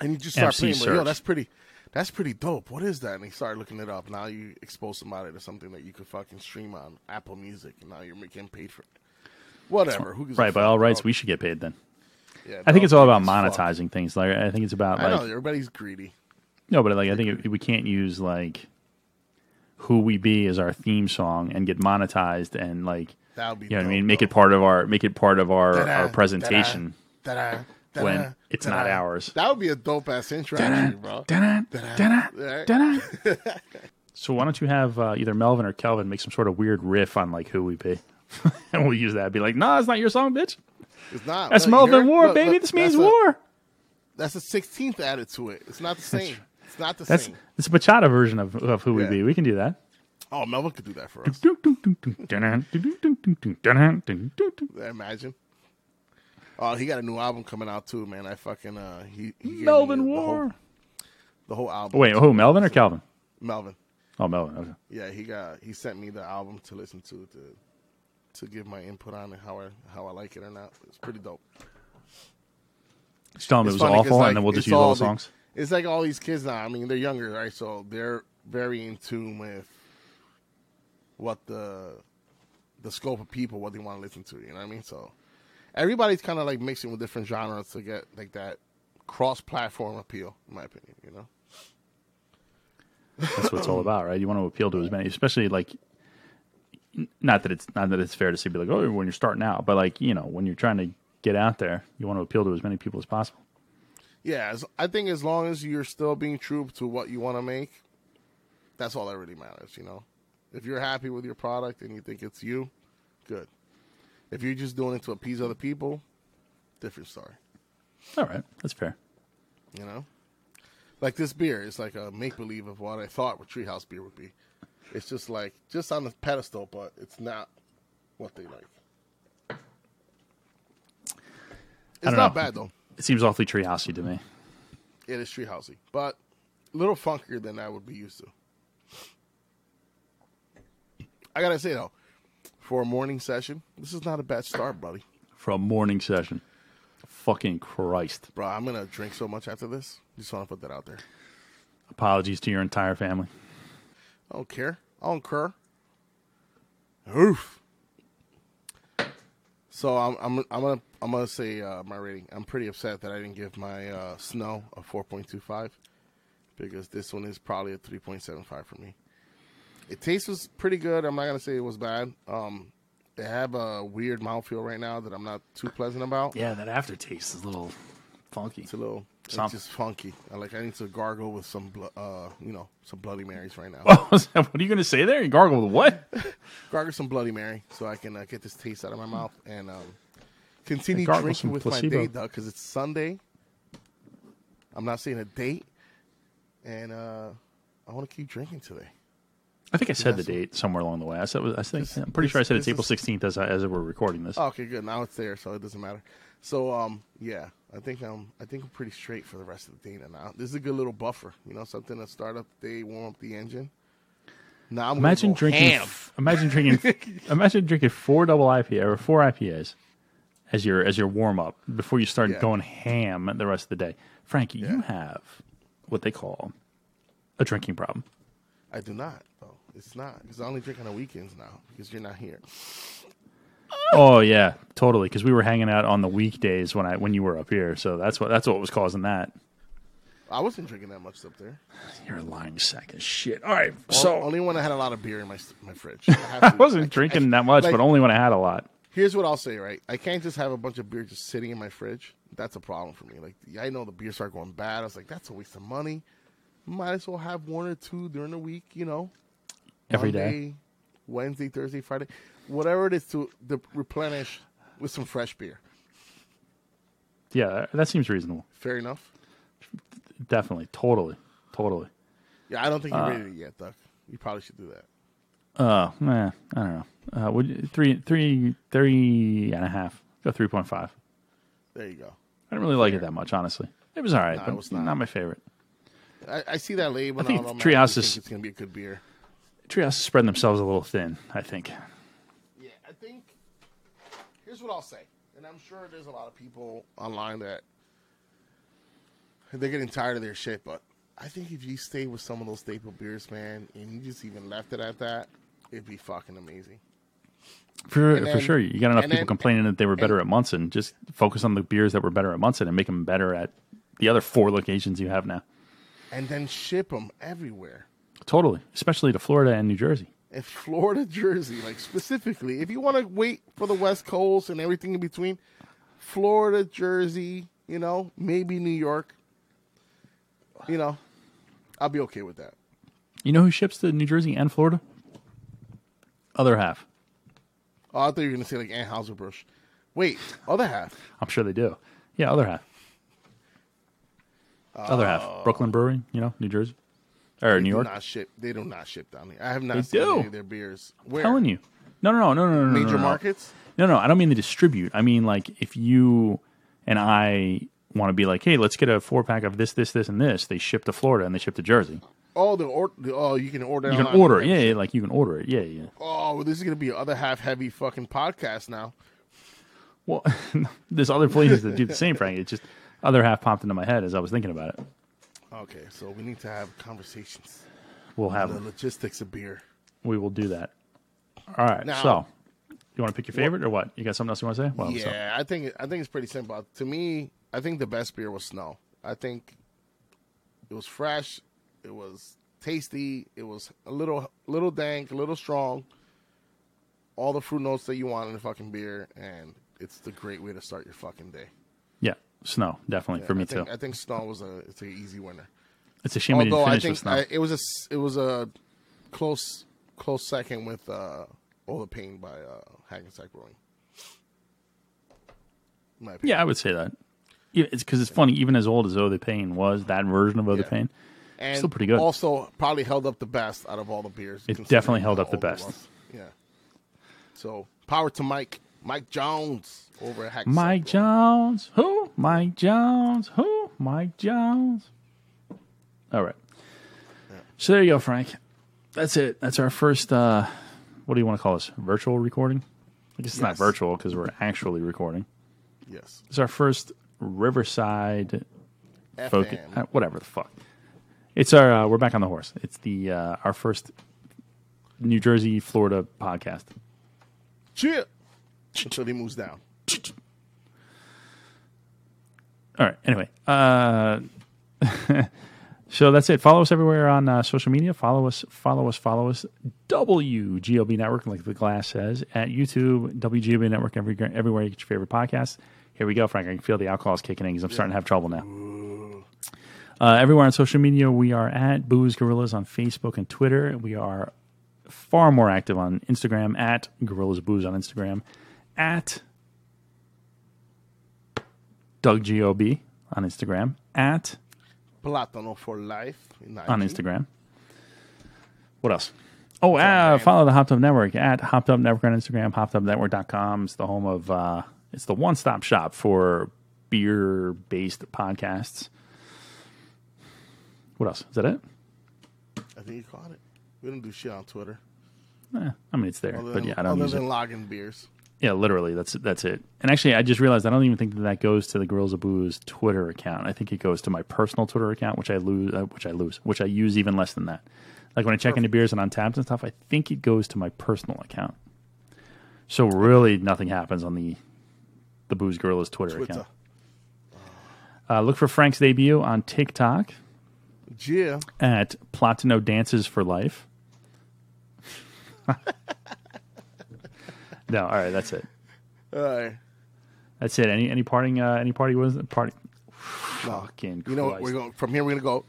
And you just start
MC
playing, like, yo,
Search.
that's pretty, that's pretty dope. What is that? And you start looking it up. Now you expose somebody to something that you could fucking stream on Apple Music, and now you're making paid for it. Whatever. Who gives a
Right. By
fuck,
all rights,
dog?
we should get paid then.
Yeah,
I think
dog,
it's all about
as fuck.
monetizing things. Like I think it's about
I
like
know everybody's greedy.
No, but like I think it, we can't use like "Who We Be" as our theme song and get monetized and like
That would be.
you know what I
dope,
mean. Make
though.
it part of our make it part of our,
Da-da,
our presentation.
da-da, da-da, da-da,
when it's not
da-da.
ours.
That would be a dope ass intro, actually, bro.
Da-da, da-da,
Right?
da-da. So why don't you have uh, either Melvin or Kelvin make some sort of weird riff on like "Who We Be," and we'll use that. Be like, "Nah, it's not your song, bitch.
It's not.
That's
Look,
Melvin
you're-
War,
look,
baby.
look,
this means
that's a-
war."
That's a sixteenth added to it. It's not the same. It's not the
That's
same.
it's a bachata version of, of "Who We
Yeah.
Be." We can do that.
Oh, Melvin could do that for us. Imagine. Oh, he got a new album coming out too, man. I fucking uh, he, he gave me
Melvin
the
War.
whole, the whole album.
Wait, who? Melvin or Calvin?
Melvin.
Oh, Melvin. Okay.
Yeah, he got he sent me the album to listen to to to give my input on it, how I how I like it or not. It's pretty dope.
Just tell him it
It's
was
funny 'cause,
awful,
like,
and then we'll just
it's
use all
all
the songs.
It's like all these kids now. I mean, they're younger, right? So they're very in tune with what the the scope of people, what they want to listen to. You know what I mean? So everybody's kind of like mixing with different genres to get like that cross-platform appeal, in my opinion. You know?
That's what it's all about, right? You want to appeal to as many, especially like. n- Not that it's not that it's fair to say be like oh when you're starting out, but like you know when you're trying to get out there, you want to appeal to as many people as possible.
Yeah, as, I think as long as you're still being true to what you want to make, that's all that really matters. You know, if you're happy with your product and you think it's you, good. If you're just doing it to appease other people, different story.
All right, that's fair.
You know, like this beer is like a make believe of what I thought what Treehouse beer would be. It's just like just on the pedestal, but it's not what they like. It's
don't
not
know.
bad though.
It seems awfully treehousey to me.
It is Treehousey, but a little funkier than I would be used to. I gotta say though, for a morning session, this is not a bad start, buddy.
For a morning session, fucking Christ!
Bro, I'm gonna drink so much after this. Just want to put that out there.
Apologies to your entire family.
I don't care. I don't care. Oof. So I'm I'm I'm gonna I'm gonna say uh, my rating. I'm pretty upset that I didn't give my uh, snow a 4.25 because this one is probably a 3.75 for me. It tastes was pretty good. I'm not gonna say it was bad. Um, they have a weird mouthfeel right now that I'm not too pleasant about.
Yeah, that aftertaste is a little funky.
It's a little,
Some-
it's just funky. I like I need to gargle with some, blo- uh, you know, some Bloody Marys right now.
what are you going to say there? You gargle with what?
gargle some Bloody Mary so I can uh, get this taste out of my
Hmm.
mouth and um, continue
Gargle
drinking
some
with
placebo.
my day, dog, because it's Sunday. I'm not seeing a date, and uh, I want to keep drinking today.
I think I said the
That's-
date somewhere along the way. I said, I think
This-
I'm pretty sure I
this-
said it's
this
April
is-
16th as I, as we're recording this.
Oh, okay, good. Now it's there, so it doesn't matter. So, um, yeah, I think I'm, I think I'm pretty straight for the rest of the day now. This is a good little buffer, you know, something to start up the day, warm up the engine. Now I'm gonna
imagine
go
drinking.
ham.
f- Imagine drinking. imagine drinking four double IPA or four IPAs as your as your warm up before you start
Yeah.
going ham the rest of the day. Frank, you
Yeah.
have what they call a drinking problem.
I do not though. It's not because I only drink on the weekends now because you're not here.
Oh yeah, totally. Because we were hanging out on the weekdays when I when you were up here, so that's what that's what was causing that.
I wasn't drinking that much up there.
You're a lying sack of shit. All right,
So
so
only when I had a lot of beer in my my fridge. I, have
I
to-
wasn't
I-
drinking
I-
that much,
like,
but only when I had a lot.
Here's what I'll say, right? I can't just have a bunch of beer just sitting in my fridge. That's a problem for me. Like I know the beers start going bad. I was like, that's a waste of money. Might as well have one or two during the week, you know.
Every day.
Monday, Wednesday, Thursday, Friday, whatever it is to, to replenish with some fresh beer.
Yeah, that seems reasonable.
Fair enough.
Definitely, totally, totally.
Yeah, I don't think you're
Uh,
ready yet, Doug. You probably should do that.
Oh, man, I don't know. Uh, would you- three, three, three and a half. Go three point five.
There you go.
I didn't really like it that much, honestly. It was all right,
No, it
but
was
not.
not.
my favorite.
I, I see that label.
I think
and all, I'm
Treehouse
actually
is-
think it's gonna be a good beer.
Treehouse is spreading themselves a little thin. I think.
Yeah, I think here's what I'll say, and I'm sure there's a lot of people online that they're getting tired of their shit, but I think if you stay with some of those staple beers, man, and you just even left it at that, it'd be fucking amazing.
For,
And
for
then-
sure, you got enough
and
people
then-
complaining that they were better at Munson. Just focus on the beers that were better at Munson and make them better at the other four locations you have now.
And then ship them everywhere.
Totally, especially to Florida and New Jersey.
In Florida, Jersey, like specifically, if you want to wait for the West Coast and everything in between, Florida, Jersey, you know, maybe New York, you know, I'll be okay with that.
You know who ships to New Jersey and Florida? Other half.
Oh, I thought you were gonna say like Ann Hauserbusch. Wait, other half.
I'm sure they do. Yeah, other half. other half. Brooklyn Brewery, you know, New Jersey. Or New
Oh. Do
York.
not ship. They do not ship down here. I have not
They
seen
do.
any of their beers. Where?
telling you. No, no, no, no, no, no.
Major
no, no.
markets.
No, no, I don't mean they distribute. I mean like if you and I want to be like, hey, let's get a four pack of this, this, this, and this, they ship to Florida and they ship to Jersey.
Oh, the, or- the oh, you can order.
You can
online.
order it. Yeah, yeah, like you can order it. Yeah, yeah.
Oh, well, this is gonna be an other half heavy fucking podcast now.
Well, there's other places that do the same, Frank. It just other half popped into my head as I was thinking about it.
Okay, so we need to have conversations.
We'll have
The logistics of beer.
we will do that. All right.
Now-
so, you want to pick your favorite or what? You got something else you want to say? Well, so-
yeah, I think I think it's pretty simple. To me, I think the best beer was Snow. I think it was fresh, it was tasty, it was a little little dank, a little strong. All the fruit notes that you want in a fucking beer, and it's the great way to start your fucking day.
yeah, snow definitely for me
I think,
too.
I think Snow was a it's an easy winner.
it's a shame we
Although
didn't
I
finish with
think
snow.
I, it was a s- it was a close close second with uh, All the Pain by uh, Hackensack Brewing. In my opinion.
yeah, I would say that. Yeah, it's because it's funny. Even as old as Old Pain was, that version of Old
Yeah.
Pain,
and
Still pretty good.
Also, probably held up the best out of all the beers.
It
considering
definitely held
how
up the
old it
best.
was. Yeah. So power to Mike, Mike Jones over at Hack.
Mike
Central.
Jones, who? Mike Jones, who? Mike Jones. All right. So there you go, Frank. That's it. That's our first. uh What do you want to call this? Virtual recording. I guess it's not
Yes.
virtual because we're actually recording.
Yes.
It's our first Riverside focus,
FM.
uh, whatever the fuck. It's our uh, we're back on the horse. It's the uh, our first New Jersey Florida podcast.
Chip. Until he moves down.
All right. Anyway, uh, So that's it. Follow us everywhere on uh, social media. Follow us, follow us, follow us. WGOB Network, like the glass says, at YouTube, WGOB Network, every, everywhere you get your favorite podcast. Here we go, Frank. I can feel the alcohol is kicking in because I'm starting to have trouble now. Uh, everywhere on social media, we are at Booze Gorillas on Facebook and Twitter. We are far more active on Instagram at Gorillas Booze on Instagram, at Doug GOB on Instagram, at
Platano for life. in
on
IG.
Instagram. What else? Oh, uh, follow the Hopped Up Network at Hopped Up Network on Instagram, hoppedupnetwork.com. It's the home of, uh, it's the one stop shop for beer based podcasts. What else? Is that it?
I think you caught it. We don't do shit on Twitter.
Eh, I mean, it's there,
Other
but
than,
yeah, I don't
other
use
than
it.
logging beers.
Yeah, literally, that's that's it. And actually, I just realized I don't even think that that goes to the Girls of Booze Twitter account. I think it goes to my personal Twitter account, which I lose, uh, which I lose, which I use even less than that. Like when I check into beers and on tabs and stuff, I think it goes to my personal account. So really, nothing happens on the the Booze Gorillas Twitter
Twitter.
account. Uh, look for Frank's debut on TikTok
Yeah.
at Platino Dances for Life. no, all right, that's it.
All right.
That's it. Any any parting uh, any party was party.
No.
Fucking
You know what?
Christ.
We're going from here. We're gonna go.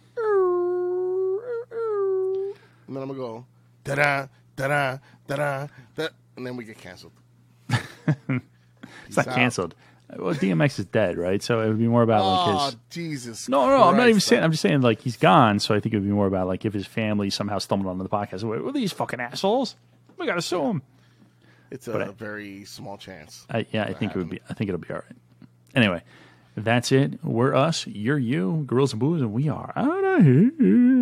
And then I'm gonna go. Da da da da da da. And then we get canceled.
It's not canceled. Well, DMX is dead, right? So it would be more about like
Oh
his.
Jesus!
No, no, I'm not even
Christ.
saying. I'm just saying like he's gone. So I think it would be more about like if his family somehow stumbled onto the podcast. What are these fucking assholes? We gotta sue them.
It's
but
a
I-
very small chance.
I, yeah, I think it would be. I think it'll be all right. Anyway, that's it. We're us. You're you. Girls and booze, and we are out of here.